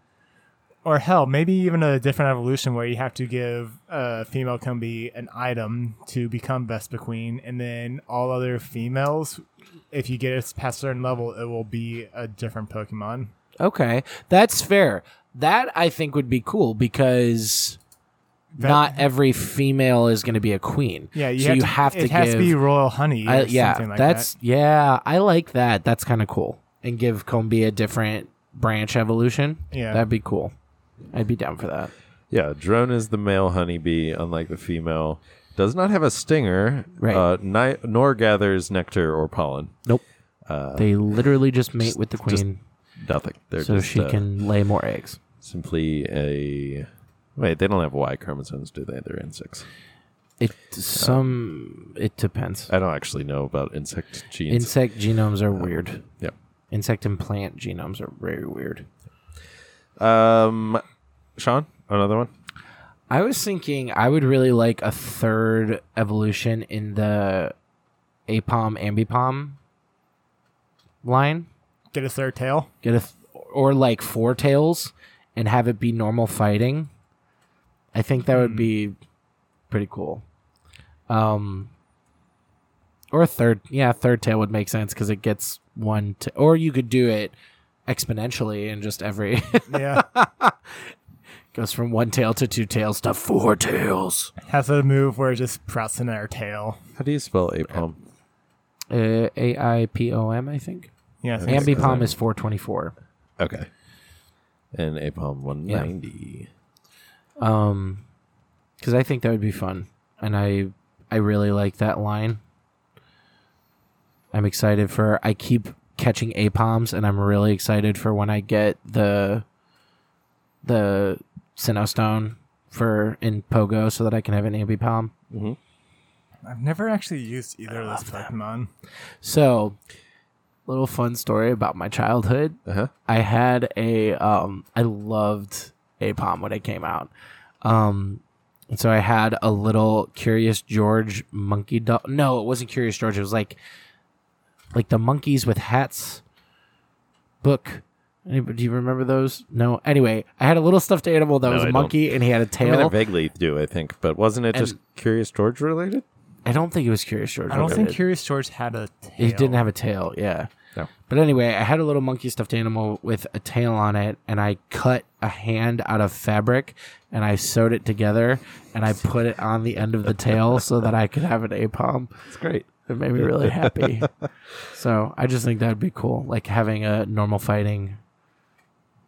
or hell, maybe even a different evolution where you have to give a female Kumbi an item to become Vespa Queen, and then all other females, if you get it past a certain level, it will be a different Pokemon. Okay, that's fair. That I think would be cool because not every female is going to be a queen. Yeah, you so have you to, have to It has give, to be royal honey. Or I- yeah, something like that's that. yeah. I like that. That's kind of cool. And give Combi a different branch evolution. Yeah. that'd be cool. I'd be down for that. Yeah, drone is the male honeybee, unlike the female. Does not have a stinger, Right. uh, ni- nor gathers nectar or pollen. Nope. they literally just mate with the Uh, just queen Nothing. They're so just, she uh, can lay more eggs. simply a. Wait, they don't have Y chromosomes, do they? They're insects. It some it depends. uh, I don't actually know about insect genes. Insect genomes are weird. yeah. Insect and plant genomes are very weird. Um, Sean, another one. I was thinking I would really like a third evolution in the Apom Ambipom line. Get a third tail. Get a th- or like four tails and have it be normal fighting. I think that would be pretty cool. Um or a third, yeah, a third tail would make sense cuz it gets one t- or you could do it exponentially and just every Yeah, goes from one tail to two tails to four tails. has a move where it just sprouts another tail. How do you spell apom? Uh, A I P O M, I think. Yeah, so Ambi- Ambipom is 424. Okay. And apom 190. Um, because I think that would be fun, and I I really like that line. I'm excited for. I keep catching apoms, and I'm really excited for when I get the the Sinnoh for in Pogo, so that I can have an ambipom. I've never actually used either of those Pokemon. So, little fun story about my childhood. Uh huh. I had a um I loved Apom when it came out. Um and so I had a little Curious George monkey doll. No, it wasn't Curious George. It was like like the monkeys with hats book. Anybody, do you remember those? No. Anyway, I had a little stuffed animal that No, was I a don't. monkey and he had a I tail. mean, I vaguely do, I think, but wasn't it just Curious George related? I don't think it was Curious George. I don't think related. Curious George had a tail. It didn't have a tail, yeah. No. But anyway, I had a little monkey stuffed animal with a tail on it, and I cut a hand out of fabric, and I sewed it together, and I put it on the end of the tail so that I could have an apom. It's great. It made me really happy. so I just think that would be cool, like having a normal fighting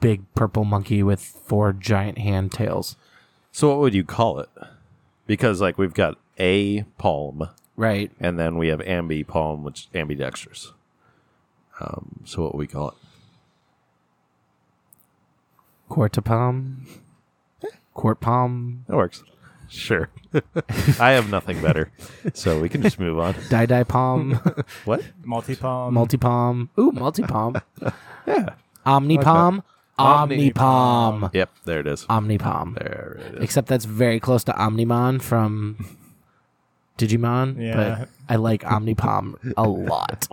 big purple monkey with four giant hand tails. So what would you call it? Because like we've got a palm, Right. and then we have ambi palm, which is ambidextrous. Um, so what would we call it? Quartapalm. Quartpalm. That works. Sure. I have nothing better, so we can just move on. Didipalm. What? Hmm. Multipalm. Multipalm. Ooh, multipalm. yeah. Omnipalm. Omnipalm. Yep, there it is. Omnipalm. There it is. Except that's very close to Omnimon from Digimon. Yeah. But I like Omnipalm a lot.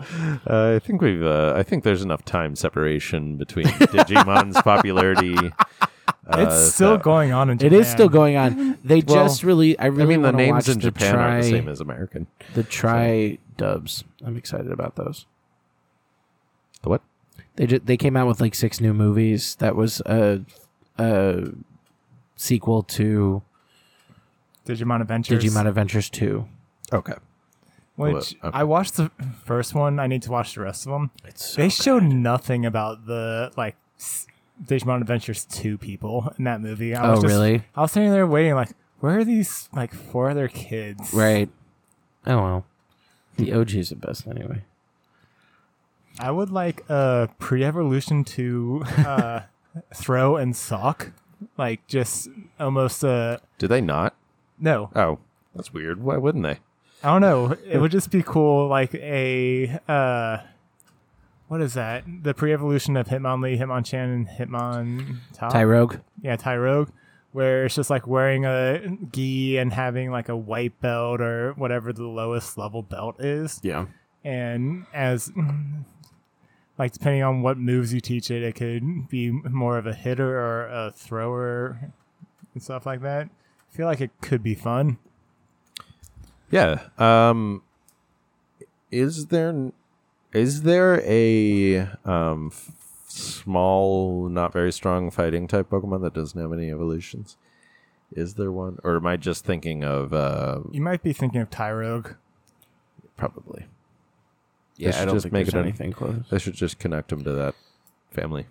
Uh, I think we've. Uh, I think there's enough time separation between Digimon's popularity. it's still going on in uh, It Japan. is still going on. They Well, just really. I I really mean, the wanna names watch in the Japan tri, are the same as American. the tri dubs. I'm excited about those. The what? They ju- they came out with like six new movies. That was a a sequel to Digimon Adventures. Digimon Adventures 2. Okay. Which Well, okay. I watched the first one. I need to watch the rest of them. It's they showed nothing about the like s- Digimon Adventures two people in that movie. I Oh, was just- really? I was sitting there waiting, like, where are these like four other kids? Right. Oh, well. The OG's the best anyway. I would like a pre-evolution to uh, throw and sock, like just almost uh Did they not? no. Oh, that's weird. Why wouldn't they? I don't know. It would just be cool, like a uh, what is that? The pre-evolution of Hitmonlee, Hitmonchan, and Hitmon Tyrogue. yeah, Tyrogue, where it's just like wearing a gi and having like a white belt or whatever the lowest level belt is. Yeah. And as like depending on what moves you teach it, it could be more of a hitter or a thrower and stuff like that. I feel like it could be fun. Yeah. Um is there is there a um f- small not very strong fighting type pokemon that doesn't have any evolutions? Is there one or am I just thinking of uh You might be thinking of Tyrogue. probably. Yeah, should I don't just think make there's it an- anything close. I should just connect them to that family.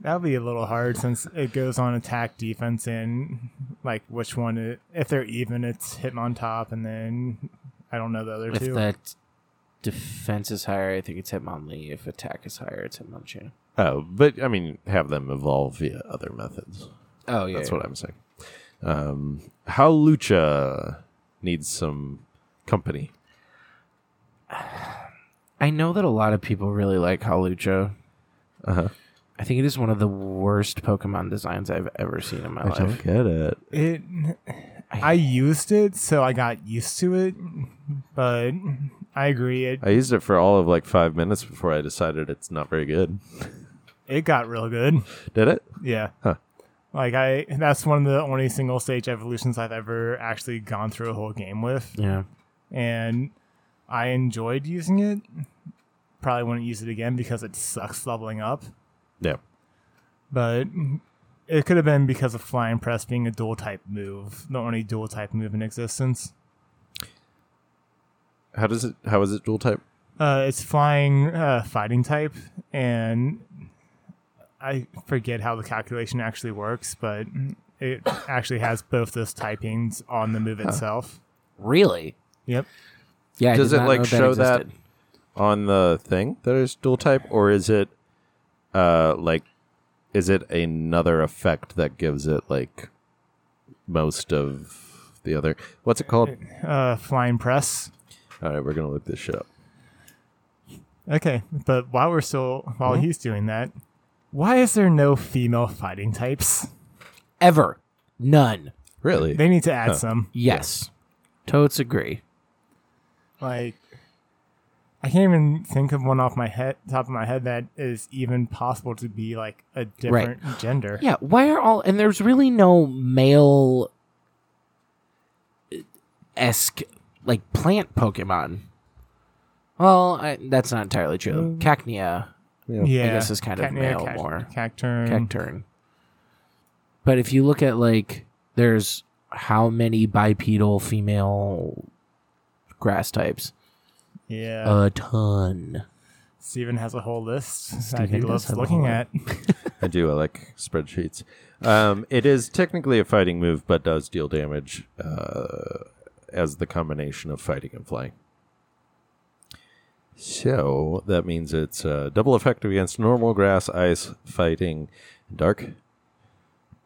That would be a little hard since it goes on attack, defense, and like which one. It, if they're even, it's Hitmon top, and then I don't know the other If two. that defense is higher, I think it's Hitmonlee. If attack is higher, it's Hitmonchan. Oh, but I mean have them evolve via other methods. Oh, yeah. That's what I'm saying. Um how Lucha needs some company. I know that a lot of people really like Halucha. Uh-huh. I think it is one of the worst Pokemon designs I've ever seen in my life. get it. It, I used it, so I got used to it. But I agree, it I used it for all of like five minutes before I decided it's not very good. it got real good. Did it? Yeah, Huh. like I that's one of the only single stage evolutions I've ever actually gone through a whole game with, Yeah. and I enjoyed using it. Probably wouldn't use it again because it sucks leveling up. Yeah. But it could have been because of flying press being a dual type move, the only dual type move in existence. How does it? How is it dual type? Uh, it's flying uh, fighting type, and I forget how the calculation actually works, but it actually has both those typings on the move itself. Really? Yep. Yeah. I Does did it, not like, know show that- existed. On the thing that is dual type, or is it, uh, like, is it another effect that gives it like most of the other? What's it called? Uh, flying press. All right, we're gonna look this shit up. Okay, but while we're still while Mm-hmm. he's doing that, why is there no female fighting types? Ever. None. Really? They need to add some. Yes. Totes agree. Like, I can't even think of one off my head, top of my head that is even possible to be like a different gender. Yeah. Why are all. And there's really no male esque, like, plant Pokemon. Well, I, that's not entirely Mm. true. Cacnea, yeah. guess it's kind of male cac- more. Cacturn. Mm. Cacturn. But if you look at, like, there's how many bipedal female grass types? Yeah. A ton. Steven has a whole list that Steven he does loves have a looking whole- at. I do. I like spreadsheets. Um, it is technically a fighting move, but does deal damage uh, as the combination of fighting and flying. So that means it's uh, double effective against normal grass, ice, fighting, and dark.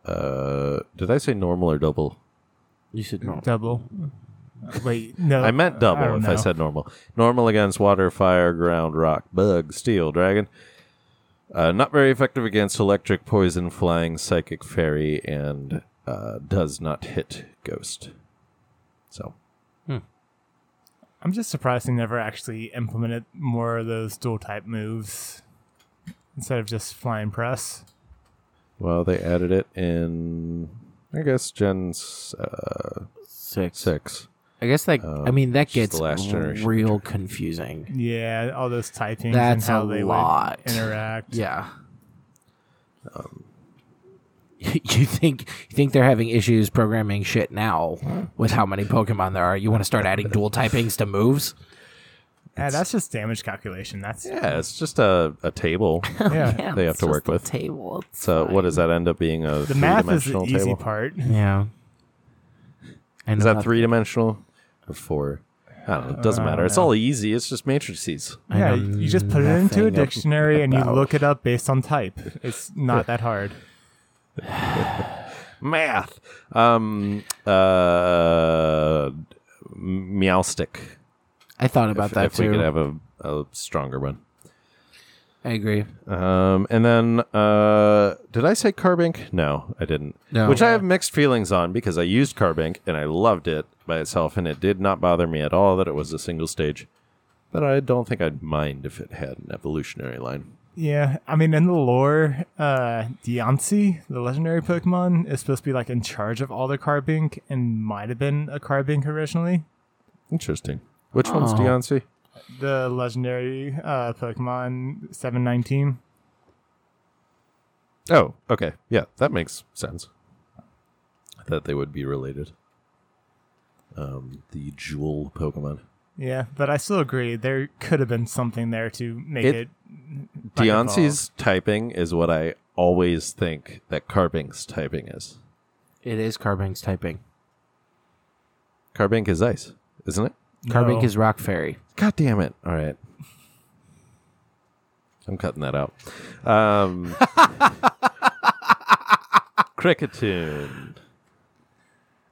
Uh, did I say normal or double? You should know. Mm. Double. Wait, no. I meant double don't if I know. said normal. Normal against water, fire, ground, rock, bug, steel, dragon. Uh, not very effective against electric, poison, flying, psychic, fairy, and uh, does not hit ghost. So, I'm just surprised they never actually implemented more of those dual type moves instead of just flying press. well, they added it in, I guess, Gen s- uh, Six. 6. I guess that. I mean, that just gets Uh, the last generation. real confusing. Yeah, all those typings and That's how a they lot. um, would interact. Yeah. you think you think they're having issues programming shit now with how many Pokemon there are. You want to start adding dual typings to moves? Yeah, that's just damage calculation. That's Yeah, it's just a, a table yeah. they have it's to just work a with. Table. It's So fine. what does that end up being a The three math is the dimensional easy table? part. Yeah. And Is that three dimensional or four? I don't know. It doesn't matter. Uh, It's all easy. It's just matrices. Yeah, you just put it into a dictionary and you about- look it up based on type. It's not that hard. Math. Um. Uh. Meowstick. I thought about if, that if too. we could have a, a stronger one. I agree. Um, and then uh, did I say Carbink? No, I didn't. No. Which I have mixed feelings on because I used Carbink and I loved it by itself, and it did not bother me at all that it was a single stage. But I don't think I'd mind if it had an evolutionary line. Yeah, I mean, in the lore, uh, Deoncy, the legendary Pokemon, is supposed to be like in charge of all the Carbink and might have been a Carbink originally. Interesting. Which one's Deoncy? The legendary uh, Pokemon 719. Oh, okay. Yeah, that makes sense. That they would be related. Um, the jewel Pokemon. Yeah, but I still agree. There could have been something there to make It- it. like, Deoncy's typing is what I always think that Carbink's typing is. It is Carbang's typing. Carbink is ice, isn't it? evolve. Carbink No. is Rock Fairy. God damn it. All right. I'm cutting that out. Um, Cricketune.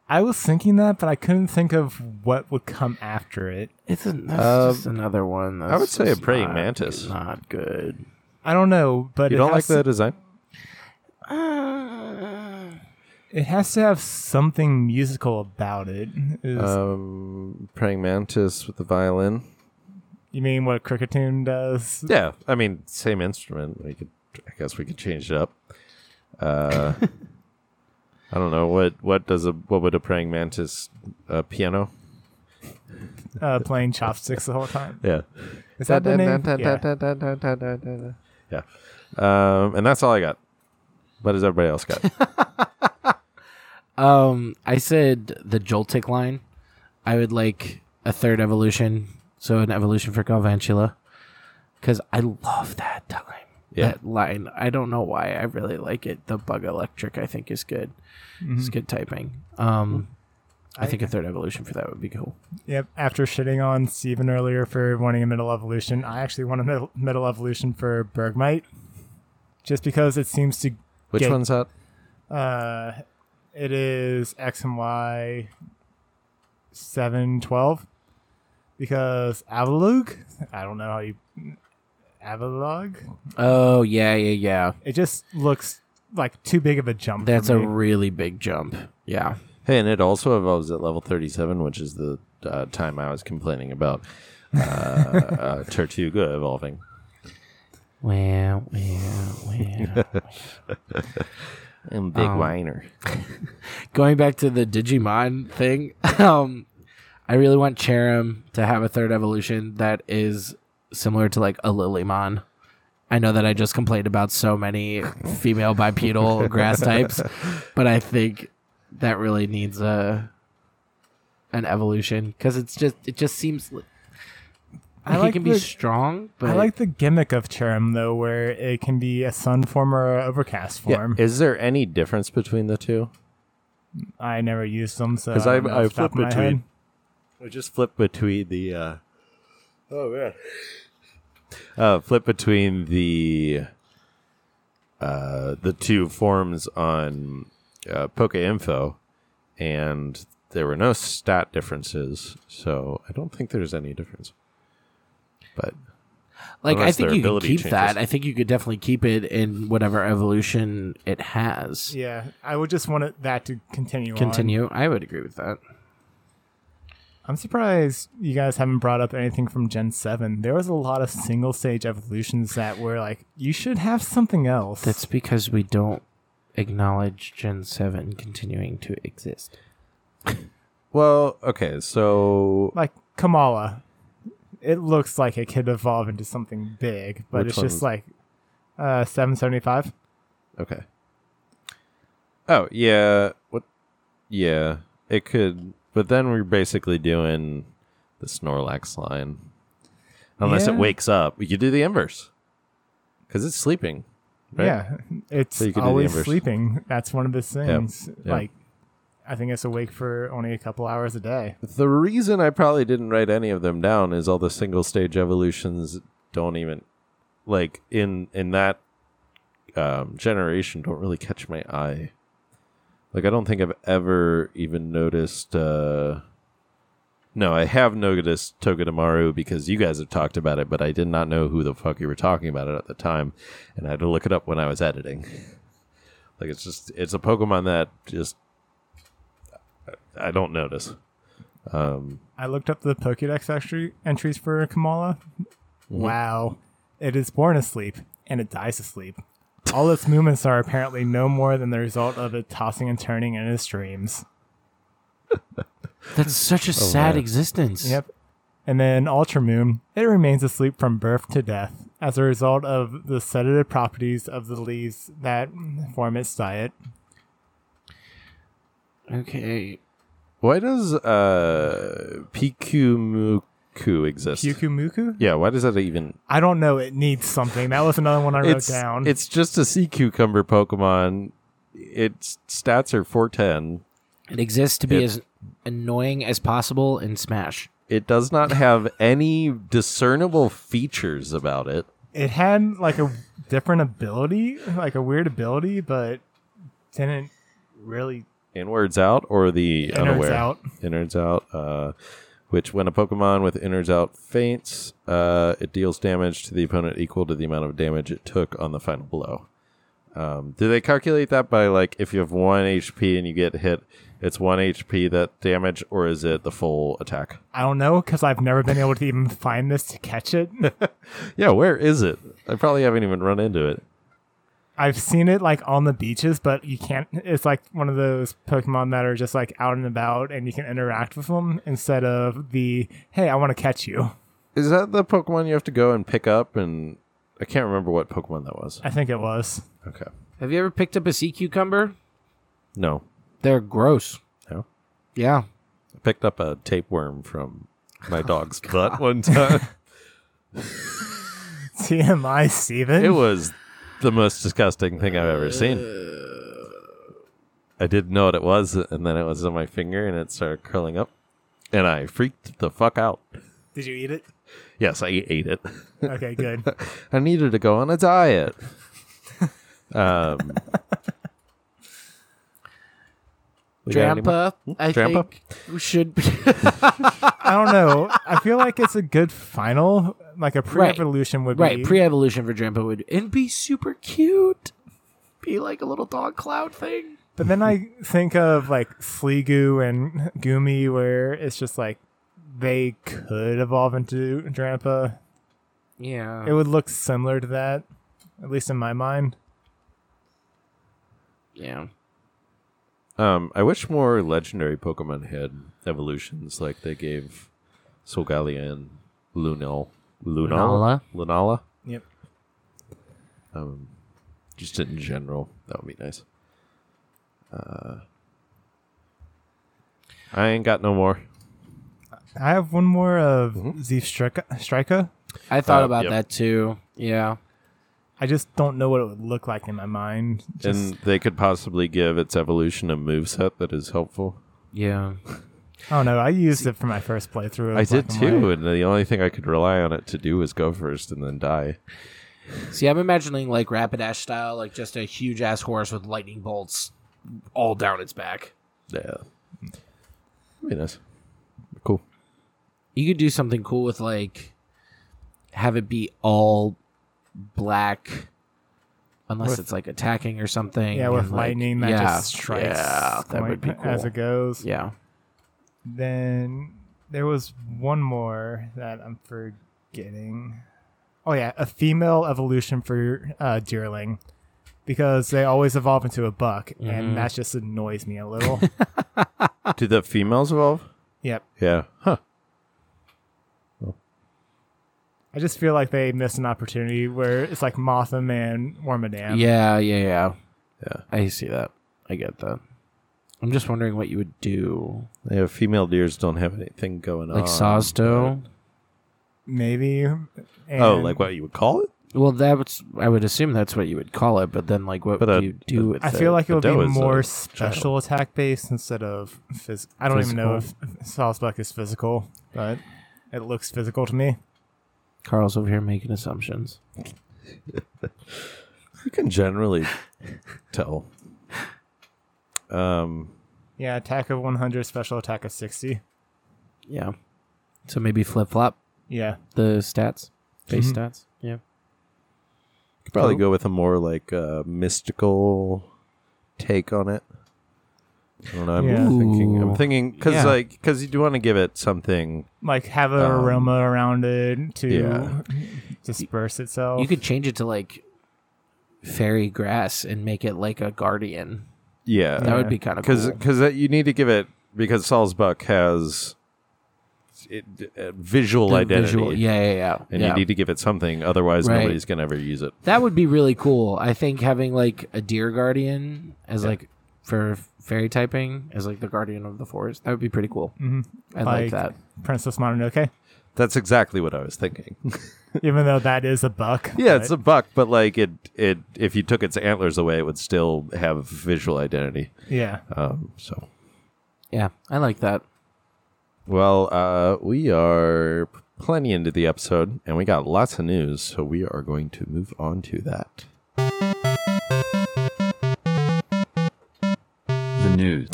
I was thinking that, but I couldn't think of what would come after it. It's an, that's just another one. That's Um, would say a just praying not- mantis. Not good. I don't know, but You it don't like has the to- design? It has to have something musical about it. Is- Um, praying mantis with the violin. you mean what Cricketune does? Yeah, I mean, same instrument. We could, I guess, we could change it up. Uh, I don't know what what does a what would a praying mantis uh, piano? Uh, playing chopsticks the whole time. Yeah, Is that the name? Yeah. yeah. Um, and that's all I got. What does everybody else got? Um, I said the Joltik line. I would like a third evolution, so an evolution for Galvantula, because I love that time. Yeah. That line. I don't know why. I really like it. The Bug Electric, I think, is good. Mm-hmm. It's good typing. Um, I think a third evolution for that would be cool. Yep. After shitting on Steven earlier for wanting a middle evolution, I actually want a middle, middle evolution for Bergmite, just because it seems to. Which Get- one's that? Uh, it is X and Y. Seven twelve, because Avalug. I don't know how you. Avalog. Oh yeah, yeah, yeah. It just looks like too big of a jump. for That's a me. really big jump. Yeah. Hey, and it also evolves at level 37, which is the uh, time I was complaining about uh, uh, Tortuga evolving. Well, well, well. And Big Whiner. Going back to the Digimon thing, um, I really want Cherim to have a third evolution that is similar to like a Lilymon. I know that I just complained about so many female bipedal grass types, but I think that really needs a an evolution because it's just it just seems like I it like can be the- strong, but I like the gimmick of Cherim though, where it can be a sun form or an overcast form. Is there any difference between the two? I never used them, so Because I, I, don't know I off the flip top of my head. between. I just flip between the. Uh, oh man. Uh, flip between the uh, the two forms on uh, Info, and there were no stat differences, so I don't think there's any difference. But Like I Unless think their you could ability keep that. changes. I think you could definitely keep it in whatever evolution it has. Yeah, I would just want it, that to continue. on. Continue. I would agree with that. I'm surprised you guys haven't brought up anything from Gen Seven. There was a lot of single stage evolutions that were like, you should have something else. That's because we don't acknowledge Gen Seven continuing to exist. well, okay, so like Kamala. It looks like it could evolve into something big, but Which uh, it's just one? like uh, 775. okay, Oh yeah, what? Yeah, it could. But then we're basically doing the Snorlax line, unless it Yeah. wakes up. You could do the inverse because it's sleeping. Right? Yeah, it's So you could do the always inverse. sleeping. That's one of its things. yeah. Like, I think it's awake for only a couple hours a day. The reason I probably didn't write any of them down is all the single stage evolutions don't even like in in that um, generation don't really catch my eye. Like I don't think I've ever even noticed. Uh, no, I have noticed Togedemaru because you guys have talked about it, but I did not know who the fuck you were talking about it at the time, and I had to look it up when I was editing. like it's just it's a Pokemon that just I- I don't notice. I looked up the Pokédex entry- entries for Kamala. Wow. It is born asleep and it dies asleep. All its movements are apparently no more than the result of it tossing and turning in its dreams. That's such a sad Oh, man. existence. Yep. And then Ultra Moon, it remains asleep from birth to death as a result of the sedative properties of the leaves that form its diet. Okay. Why does uh Pikumuku exist? Kyukumuku? yeah, why does that even I don't know. It needs something. That was another one I wrote it's, down. It's just a sea cucumber Pokemon. Its stats are 410. It exists to be It- as annoying as possible in Smash. It does not have any discernible features about it. it had like a different ability, like a weird ability, but didn't really. Inwards out or the Innards unaware? out. Innards out. Uh, which when a Pokemon with innards out faints, uh, it deals damage to the opponent equal to the amount of damage it took on the final blow. Um, do they calculate that by like if you have one HP and you get hit, it's one HP that damage, or is it the full attack? I don't know because I've never been able to even find this to catch it. Yeah, where is it? I probably haven't even run into it. I've seen it like on the beaches, but you can't. It's like one of those Pokemon that are just like out and about, and you can interact with them instead of the "Hey, I want to catch you." Is that the Pokemon you have to go and pick up? And I can't remember what Pokemon that was. I think it was. Okay, Have you ever picked up a sea cucumber? no, They're gross. no. Yeah. picked up a tapeworm from my dog's butt one time. TMI, Steven. it was the most disgusting thing I've ever seen. I didn't know what it was, and then it was on my finger, and it started curling up, and I freaked the fuck out. Did you eat it? Yes, I ate it. Okay, good. I needed to go on a diet. Um, we got any more? Hmm? Grandpa, I Grandpa? think we should. Be- I don't know. I feel like it's a good final. Like a pre-evolution would be right, pre-evolution for Grandpa would and be super cute. Be like a little dog cloud thing. But then I think of like Sligu and Gumi, where it's just like they could evolve into Drampa. Yeah. It would look similar to that, at least in my mind. yeah. Um, I wish more legendary Pokemon had evolutions like they gave Solgaleo and Lunel. Lunala? Lunala? Yep. Um, just in general, that would be nice. Uh, I ain't got no more. I have one more of Mm-hmm. Zeef Strika. Strika. I thought Uh, about yep. that too. Yeah. I just don't know what it would look like in my mind. Just, and they could possibly give its evolution a moveset that is helpful. Yeah. I don't know. I used it for my first playthrough. of I did Black and too, White. and the only thing I could rely on it to do was go first and then die. See, I'm imagining like Rapidash style, like just a huge ass horse with lightning bolts all down its back. Yeah. Be nice. Cool. You could do something cool with like have it be all black, unless With- it's like attacking or something. Yeah, with and, like- lightning that yeah, just strikes Yeah, that would be like, cool. as it goes. yeah. Then there was one more that I'm forgetting. Oh yeah, a female evolution for uh, Deerling because they always evolve into a buck, and that just annoys me a little. Do the females evolve? yep, Yeah. Huh. I just feel like they missed an opportunity where it's like Motham and Wormadam. Yeah, yeah, yeah. Yeah. I see that. I get that. I'm just wondering what you would do, Yeah, female deers don't have anything going like on. Sazdo. maybe. but- Oh, and- like what you would call it? Well, that's I would assume that's what you would call it, but then like what But, would uh, you do with I it? feel like it the would be doe is a more child. special attack based instead of phys- I don't even know if Salzbuck is physical, but it looks physical to me. Carl's over here making assumptions. You can generally tell. Um, Yeah, attack of 100, special attack of 60. Yeah. So maybe flip flop Yeah. the stats, base stats. Yeah. Mm-hmm. could probably Cool. go with a more like uh, mystical take on it. I don't know. I'm Yeah. thinking. Ooh. I'm thinking because Yeah. like because you do want to give it something. Like have an Um, aroma around it to yeah. disperse itself. You could change it to like fairy grass and make it like a guardian. Yeah, That would be kind of because cool. because you need to give it because Salzbuck has it, uh, visual The identity. visual- yeah, yeah, yeah. And E yeah. you need to give it something, otherwise Right. nobody's gonna ever use it. that would be really cool. I think having like a deer guardian as like for fairy typing as like the guardian of the forest. That would be pretty cool. Mm-hmm. I like, Like- that. Princess Mononoke, That's exactly what I was thinking. even though that is a buck. yeah, but- it's a buck, but like it, it if you took its antlers away, it would still have visual identity. yeah. Um, so Yeah, I like that. Well, uh, we are plenty into the episode, and we got lots of news, so we are going to move on to that. The news.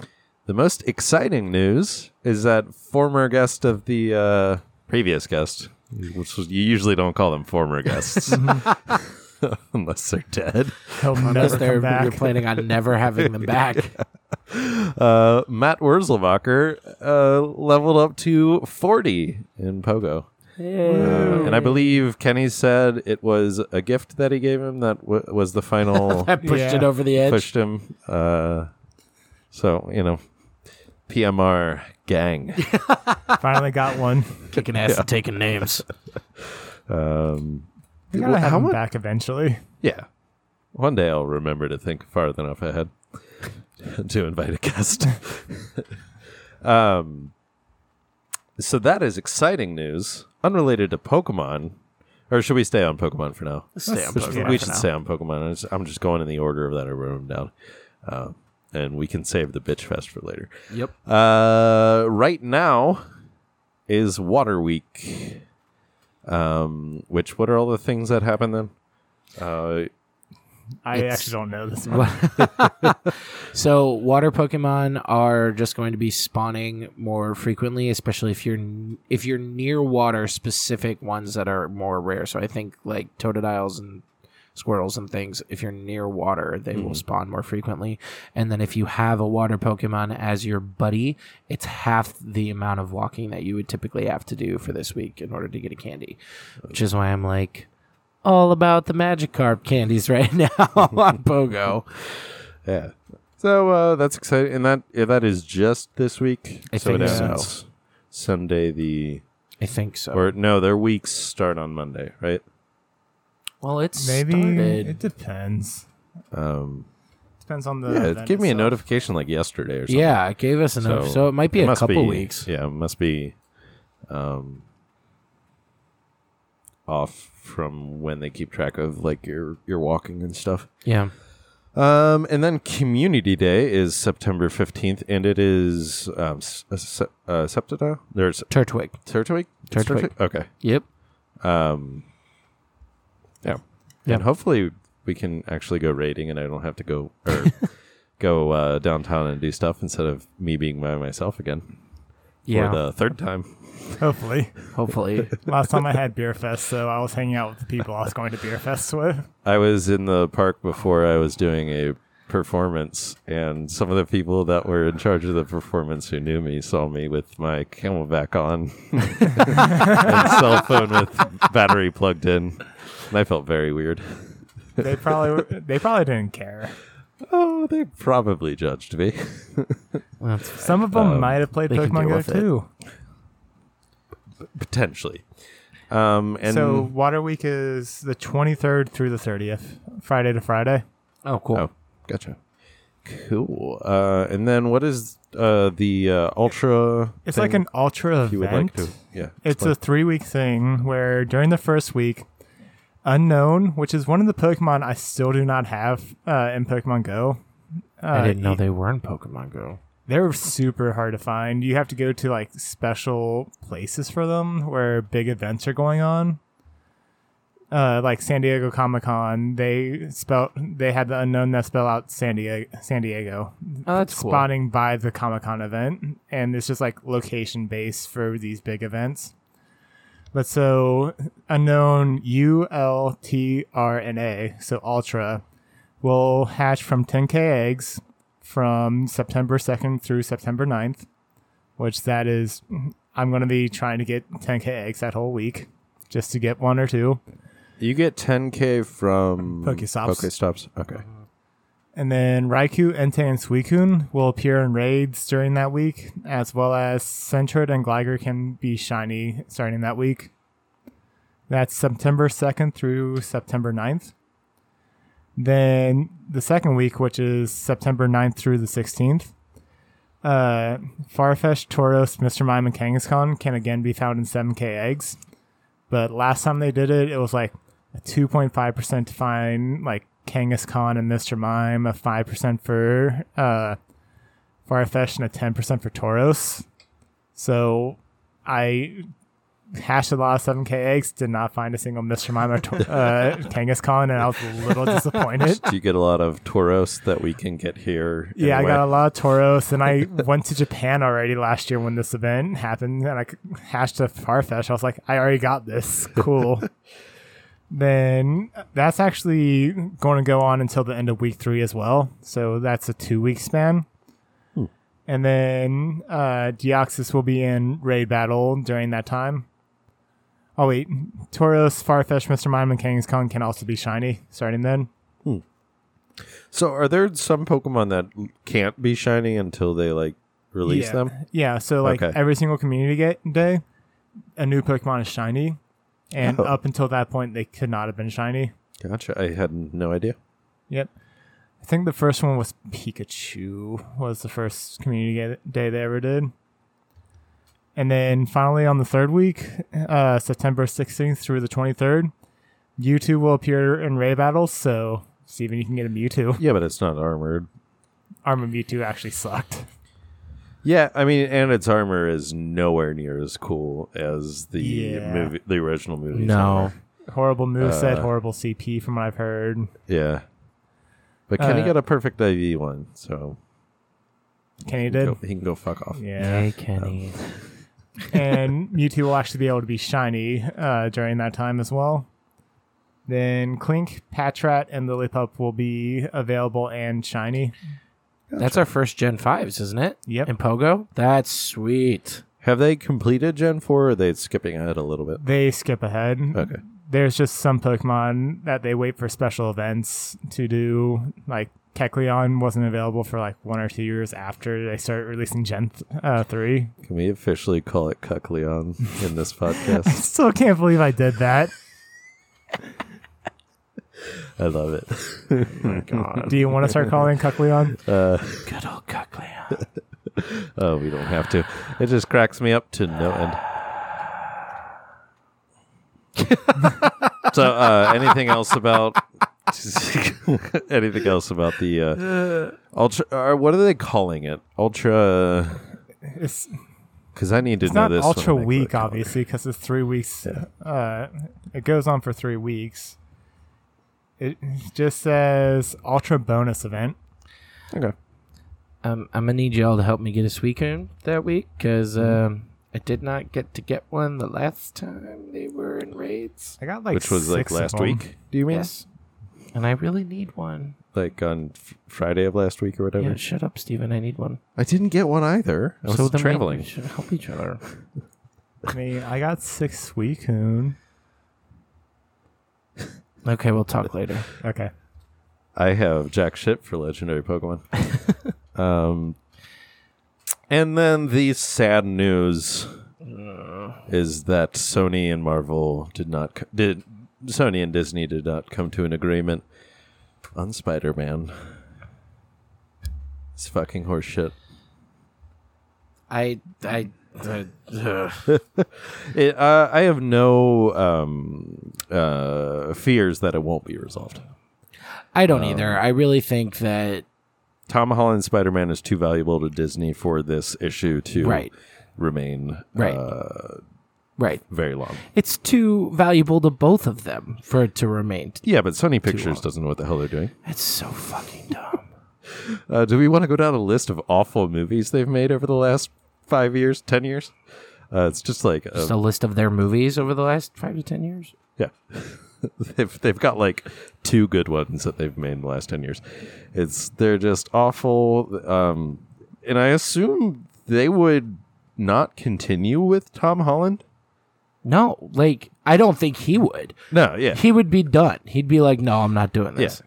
The most exciting news is that former guest of the uh, previous guest, which was, you usually don't call them former guests unless they're dead. He'll Unless never they're come you're back. planning on never having them back. Uh, Matt Wurzelbacher uh, leveled up to forty in Pogo. Uh, and I believe Kenny said it was a gift that he gave him that w- was the final I pushed Yeah. it over the edge. pushed him. Uh, so you know, PMR gang. Finally got one. Kicking ass and taking names. Um, We gotta Well, have how him mu- back eventually. yeah, one day I'll remember to think far enough ahead to invite a guest. um, so that is exciting news, unrelated to Pokemon. Or should we stay on Pokemon for now? Stay on Let's- Pokemon yeah. we for should now. stay on Pokemon. I just- I'm just going in the order of that I wrote them down, uh, and we can save the bitch fest for later. Yep. Uh, right now is Water Week. Um, which what are all the things that happen then? Uh, I It's- actually don't know this one. So water Pokemon are just going to be spawning more frequently, especially if you're n- if you're near water. Specific ones that are more rare. So I think like Totodiles and Squirtles and things. If you're near water, they will spawn more frequently. And then if you have a water Pokemon as your buddy, it's half the amount of walking that you would typically have to do for this week in order to get a candy. Which is why I'm like all about the Magikarp candies right now on Pogo. yeah. So uh, that's exciting, and that yeah, that is just this week. I so think it so. ends Sunday the I think so. or no, their weeks start on Monday, right? Well, it's Maybe it started. depends. Um, Depends on the. yeah, uh, it event gave me a itself. notification like yesterday or something. Yeah, it gave us enough, so, it might be a must couple be- weeks. Yeah, it must be um, off from when they keep track of like your your walking and stuff. Yeah, Um, and then Community Day is September fifteenth, and it is um, s- uh, se- uh, Septida. There's Turtwig. Turtwig. It's Turtwig. Okay. Yep. Um, yeah. Yeah. And hopefully we can actually go raiding, and I don't have to go or go uh, downtown and do stuff instead of me being by myself again Yeah. for the third time. Hopefully. Hopefully. Last time I had Beer Fest, so I was hanging out with the people I was going to Beer Fest with. I was in the park before I was doing a performance, and some of the people that were in charge of the performance who knew me saw me with my camelback on and cell phone with battery plugged in. And I felt very weird. They probably were- they probably didn't care. Oh, they probably judged me. That's- Some of them Um, might have played they can Pokemon deal Go with it. too. Potentially. Um, and so Water Week is the 23rd through the 30th, Friday to Friday. oh, cool. Oh, gotcha. Cool. Uh, and then what is uh, the uh, ultra? It's thing like an ultra you would event. like to. Yeah. It's a three week thing where during the first week, Unknown, which is one of the Pokemon I still do not have uh, in Pokemon Go. Uh, I didn't know they were in Pokemon Go. They're super hard to find. You have to go to like special places for them where big events are going on. Uh, like San Diego Comic Con, they spell they had the unknown that spell out San Diego, San Diego, Oh, that's cool. spawning by the Comic Con event, and it's just like location based for these big events. But so unknown U L T R N A, so Ultra, will hatch from 10k eggs from September 2nd through September 9th, which that is, I'm going to be trying to get 10k eggs that whole week just to get one or two. You get 10k from Pokestops. Pokestops. Okay. And then Raikou, Entei, and Suicune will appear in raids during that week, as well as Sentret and Gligar can be shiny starting that week. That's September 2nd through September 9th. Then the second week, which is September 9th through the 16th, uh, Farfetch, Tauros, Mr. Mime, and Kangaskhan can again be found in 7k eggs. But last time they did it, it was like a 2.5% to find like Kangaskhan and Mr. Mime, a 5% for uh, Farfetch, and a 10% for Tauros. So I hashed a lot of 7K eggs, did not find a single Mr. Mime or Tor- uh, Kangaskhan, and I was a little disappointed. Do you get a lot of Tauros that we can get here? Yeah, I anyway? got a lot of Tauros, and I went to Japan already last year when this event happened, and I c- hashed a Farfetch. I was like, I already got this. Cool. then uh, that's actually going to go on until the end of week three as well. So that's a two week span. And then uh, Deoxys will be in raid battle during that time. Oh, wait. Tauros, Farfetch, Mr. Mime, and Kangaskhan can also be shiny starting then. So are there some Pokemon that can't be shiny until they like release yeah. them? Yeah, so like Okay. every single community get, day, a new Pokemon is shiny, and Oh. up until that point, they could not have been shiny. Gotcha. I had no idea. Yep. I think the first one was Pikachu was the first community ga- day they ever did. And then finally on the third week, uh, September 16th through the 23rd, Mewtwo will appear in Ray battles. So, Steven, you can get a Mewtwo. Yeah, but it's not armored. Armor Mewtwo actually sucked. Yeah, I mean, and its armor is nowhere near as cool as the Yeah. movie, the original movie. No. Horrible moveset, Uh. horrible CP from what I've heard. Yeah. But Kenny Uh, got a perfect IV one, so Kenny he can did. go, he can go fuck off. Yeah. Kenny. and Mewtwo will actually be able to be shiny uh, during that time as well. Then Clink, Patrat, and Lillipup will be available and shiny. That's our first Gen 5s, isn't it? Yep. In Pogo? That's sweet. Have they completed Gen Four? Or are they skipping ahead a little bit? They skip ahead. Okay. There's just some Pokemon that they wait for special events to do. Like Kecleon wasn't available for like one or two years after they started releasing Gen th- uh, 3. Can we officially call it Cuckleon in this podcast? Still can't believe I did that. I love it. do you want to start calling Kecleon? Good old Cuckleon. Oh, we don't have to. It just cracks me up to no end. so, uh, anything else about anything else about the uh, ultra? Uh, what are they calling it? Ultra? It's, Because I need to it's know not this. ultra when I go to week, college. obviously, because it's three weeks. Uh, it goes on for three weeks. It just says ultra bonus event. Okay. Um, I'm going to need y'all to help me get a Suicune that week because um, I did not get to get one the last time they were in raids. I got like Which was like six of last them. week. Do you mean Yes. And I really need one. like on f- Friday of last week or whatever? Yeah, shut up, Steven. I need one. I didn't get one either. I was so then we- traveling. We should help each other. I mean, I got six Suicune. Okay, we'll talk later. Okay. I have jack shit for legendary Pokemon. um, and then the sad news is that Sony and Marvel did not co- did Sony and Disney did not come to an agreement on Spider Man. It's fucking horseshit. I I uh, ugh. It, uh, I have no um, uh, fears that it won't be resolved. I don't either. I really think that Tom Holland Spider Man is too valuable to Disney for this issue to Right. remain Right. Uh, right. very long. It's too valuable to both of them for it to remain. Yeah, but Sony Pictures doesn't know what the hell they're doing. That's so fucking dumb. Uh, do we want to go down a list of awful movies they've made over the last five years, ten years? Uh, it's just like a, Just a list of their movies over the last five to ten years. yeah, they've they've got like two good ones that they've made in the last ten years. It's they're just awful, um, and I assume they would not continue with Tom Holland. No, like I don't think he would. No, yeah, He would be done. He'd be like, "No, I'm not doing this." Yeah.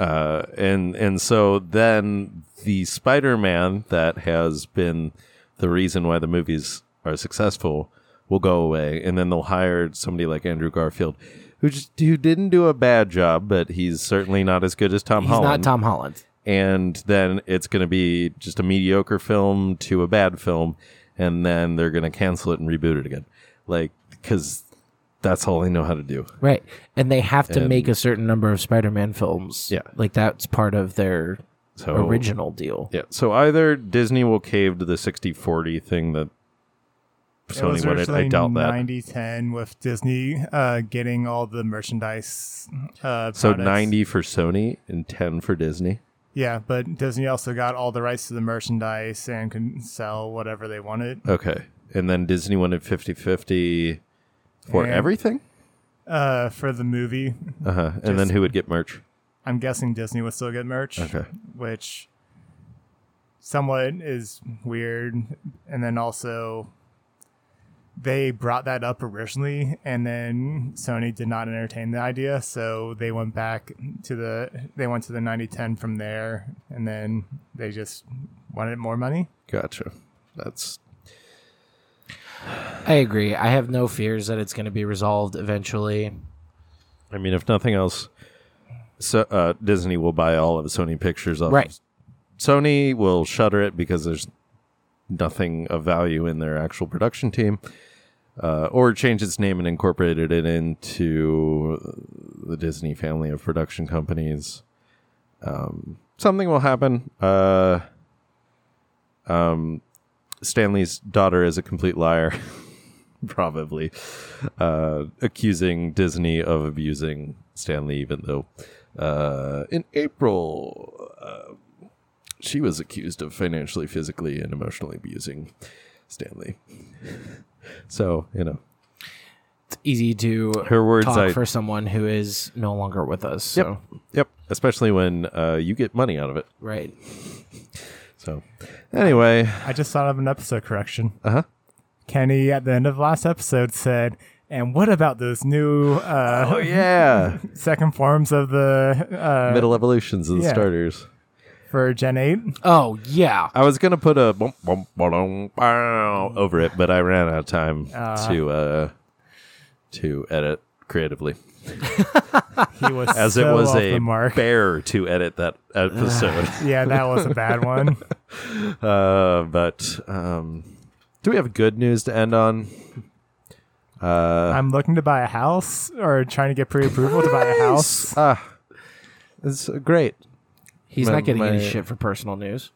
Uh, and and so then the Spider-Man that has been the reason why the movies are successful will go away, and then they'll hire somebody like Andrew Garfield, who just who didn't do a bad job, but he's certainly not as good as Tom He's Holland. not Tom Holland. and then it's going to be just a mediocre film to a bad film, and then they're going to cancel it and reboot it again, like because that's all they know how to do. Right. And they have to And- make a certain number of Spider-Man films. Yeah. Like that's part of their So original deal. Yeah. So either Disney will cave to the 60 40 thing that it Sony was wanted. I originally doubt that. 90 10 with Disney uh, getting all the merchandise. Uh, So products. 90 for Sony and 10 for Disney. Yeah, but Disney also got all the rights to the merchandise and can sell whatever they wanted. Okay. And then Disney wanted 50 50 for And- everything. Uh, for the movie, Uh huh. And then Just- who would get merch? I'm guessing Disney would still get merch, Okay. which somewhat is weird. And then also, they brought that up originally, and then Sony did not entertain the idea, so they went back to the they went to the 9010 from there, and then they just wanted more money. Gotcha. That's I agree. I have no fears that it's going to be resolved eventually. I mean, if nothing else, so uh, Disney will buy all of Sony Pictures. Off. Right. Sony will shutter it because there's nothing of value in their actual production team, uh, or change its name and incorporated it into the Disney family of production companies. Um, something will happen. Uh, um, Stanley's daughter is a complete liar. probably uh, accusing Disney of abusing Stanley, even though uh, in April uh, she was accused of financially, physically, and emotionally abusing Stanley. so you know, It's easy to Her words, talk I- for someone who is no longer with us. So, yep, yep. Especially when uh, you get money out of it. right. So anyway, I just thought of an episode correction. uh huh. Kenny at the end of last episode said, "And what about those new uh, Oh yeah, second forms of the uh, middle evolutions and yeah. starters. for Gen Eight? Oh, yeah. I was gonna put a bum, bum, ba-dum, bow over it, but I ran out of time Ah. to uh, to edit creatively, He was as so it was off a the mark. bear to edit that episode. yeah, that was a bad one. uh, but um, do we have good news to end on? Uh, I'm looking to buy a house or trying to get pre-approval to buy a house. ah, it's great. He's My- not getting my- any shit for personal news.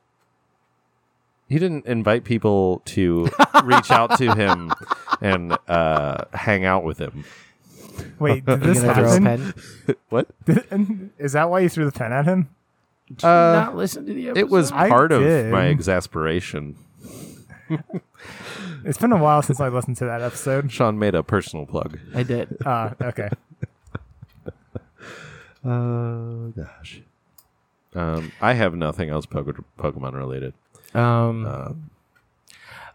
He didn't invite people to reach out to him and uh, hang out with him. Wait, did You this gonna throw a happen? Uh, pen? What? Is that why you threw the pen at him? not listen to the episode. It was I part of did. my exasperation. It's been a while since I listened to that episode. Sean made a personal plug. I did. Uh, okay. Oh gosh. Um, I have nothing else Poke- Pokemon related. Um, Uh,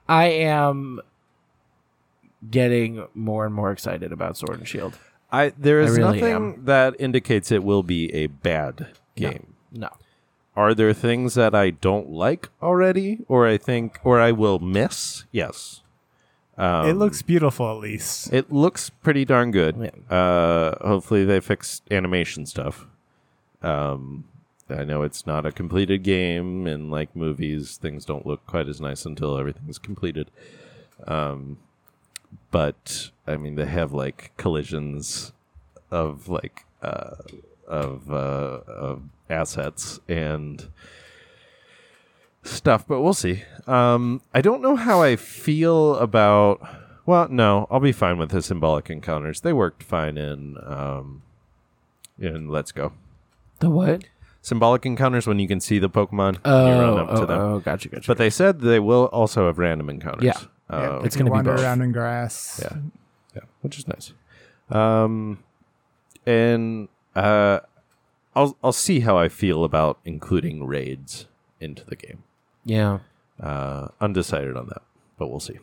I am getting more and more excited about Sword and Shield. I there is really nothing that indicates it will be a bad game. No. Are there things that I don't like already, or I think, or I will miss? Yes. Um, it looks beautiful, at least. It looks pretty darn good. Yeah. Uh, hopefully they fix animation stuff. Um, I know it's not a completed game, and like movies, things don't look quite as nice until everything's completed. Um, but I mean, they have like collisions of like uh, of uh, of assets and stuff, but we'll see. Um, I don't know how I feel about. Well, no, I'll be fine with the symbolic encounters. They worked fine in um, in Let's Go. The what? Symbolic encounters when you can see the Pokemon and you Oh, run up oh, to them. oh, gotcha, gotcha. But they said they will also have random encounters. Yeah. Uh, It's you gonna be wander both. around in grass. Yeah. yeah, which is nice. Um, and uh, I'll I'll see how I feel about including raids into the game. yeah. Uh, undecided on that, but we'll see.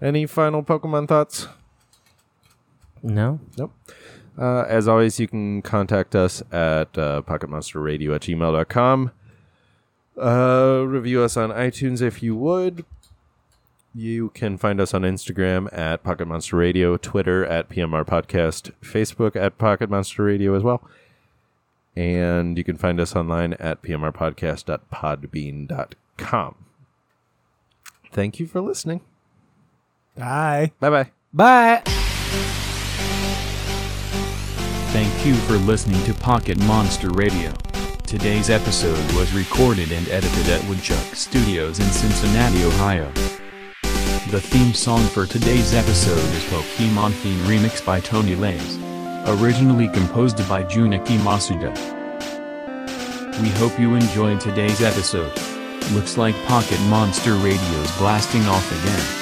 Any final Pokemon thoughts? No. Nope. Uh, as always, you can contact us at uh, pocketmonsterradio at gmail.com. Uh, review us on iTunes if you would. You can find us on Instagram at Pocket Monster Radio, Twitter at PMR Podcast, Facebook at Pocket Monster Radio as well. And you can find us online at pmrpodcast.podbean.com. Thank you for listening. Bye. Bye bye. But. Thank you for listening to Pocket Monster Radio. Today's episode was recorded and edited at Woodchuck Studios in Cincinnati, Ohio. The theme song for today's episode is Pokemon Theme Remix by Tony Lays. Originally composed by Junichi Masuda. We hope you enjoyed today's episode. Looks like Pocket Monster Radio's blasting off again.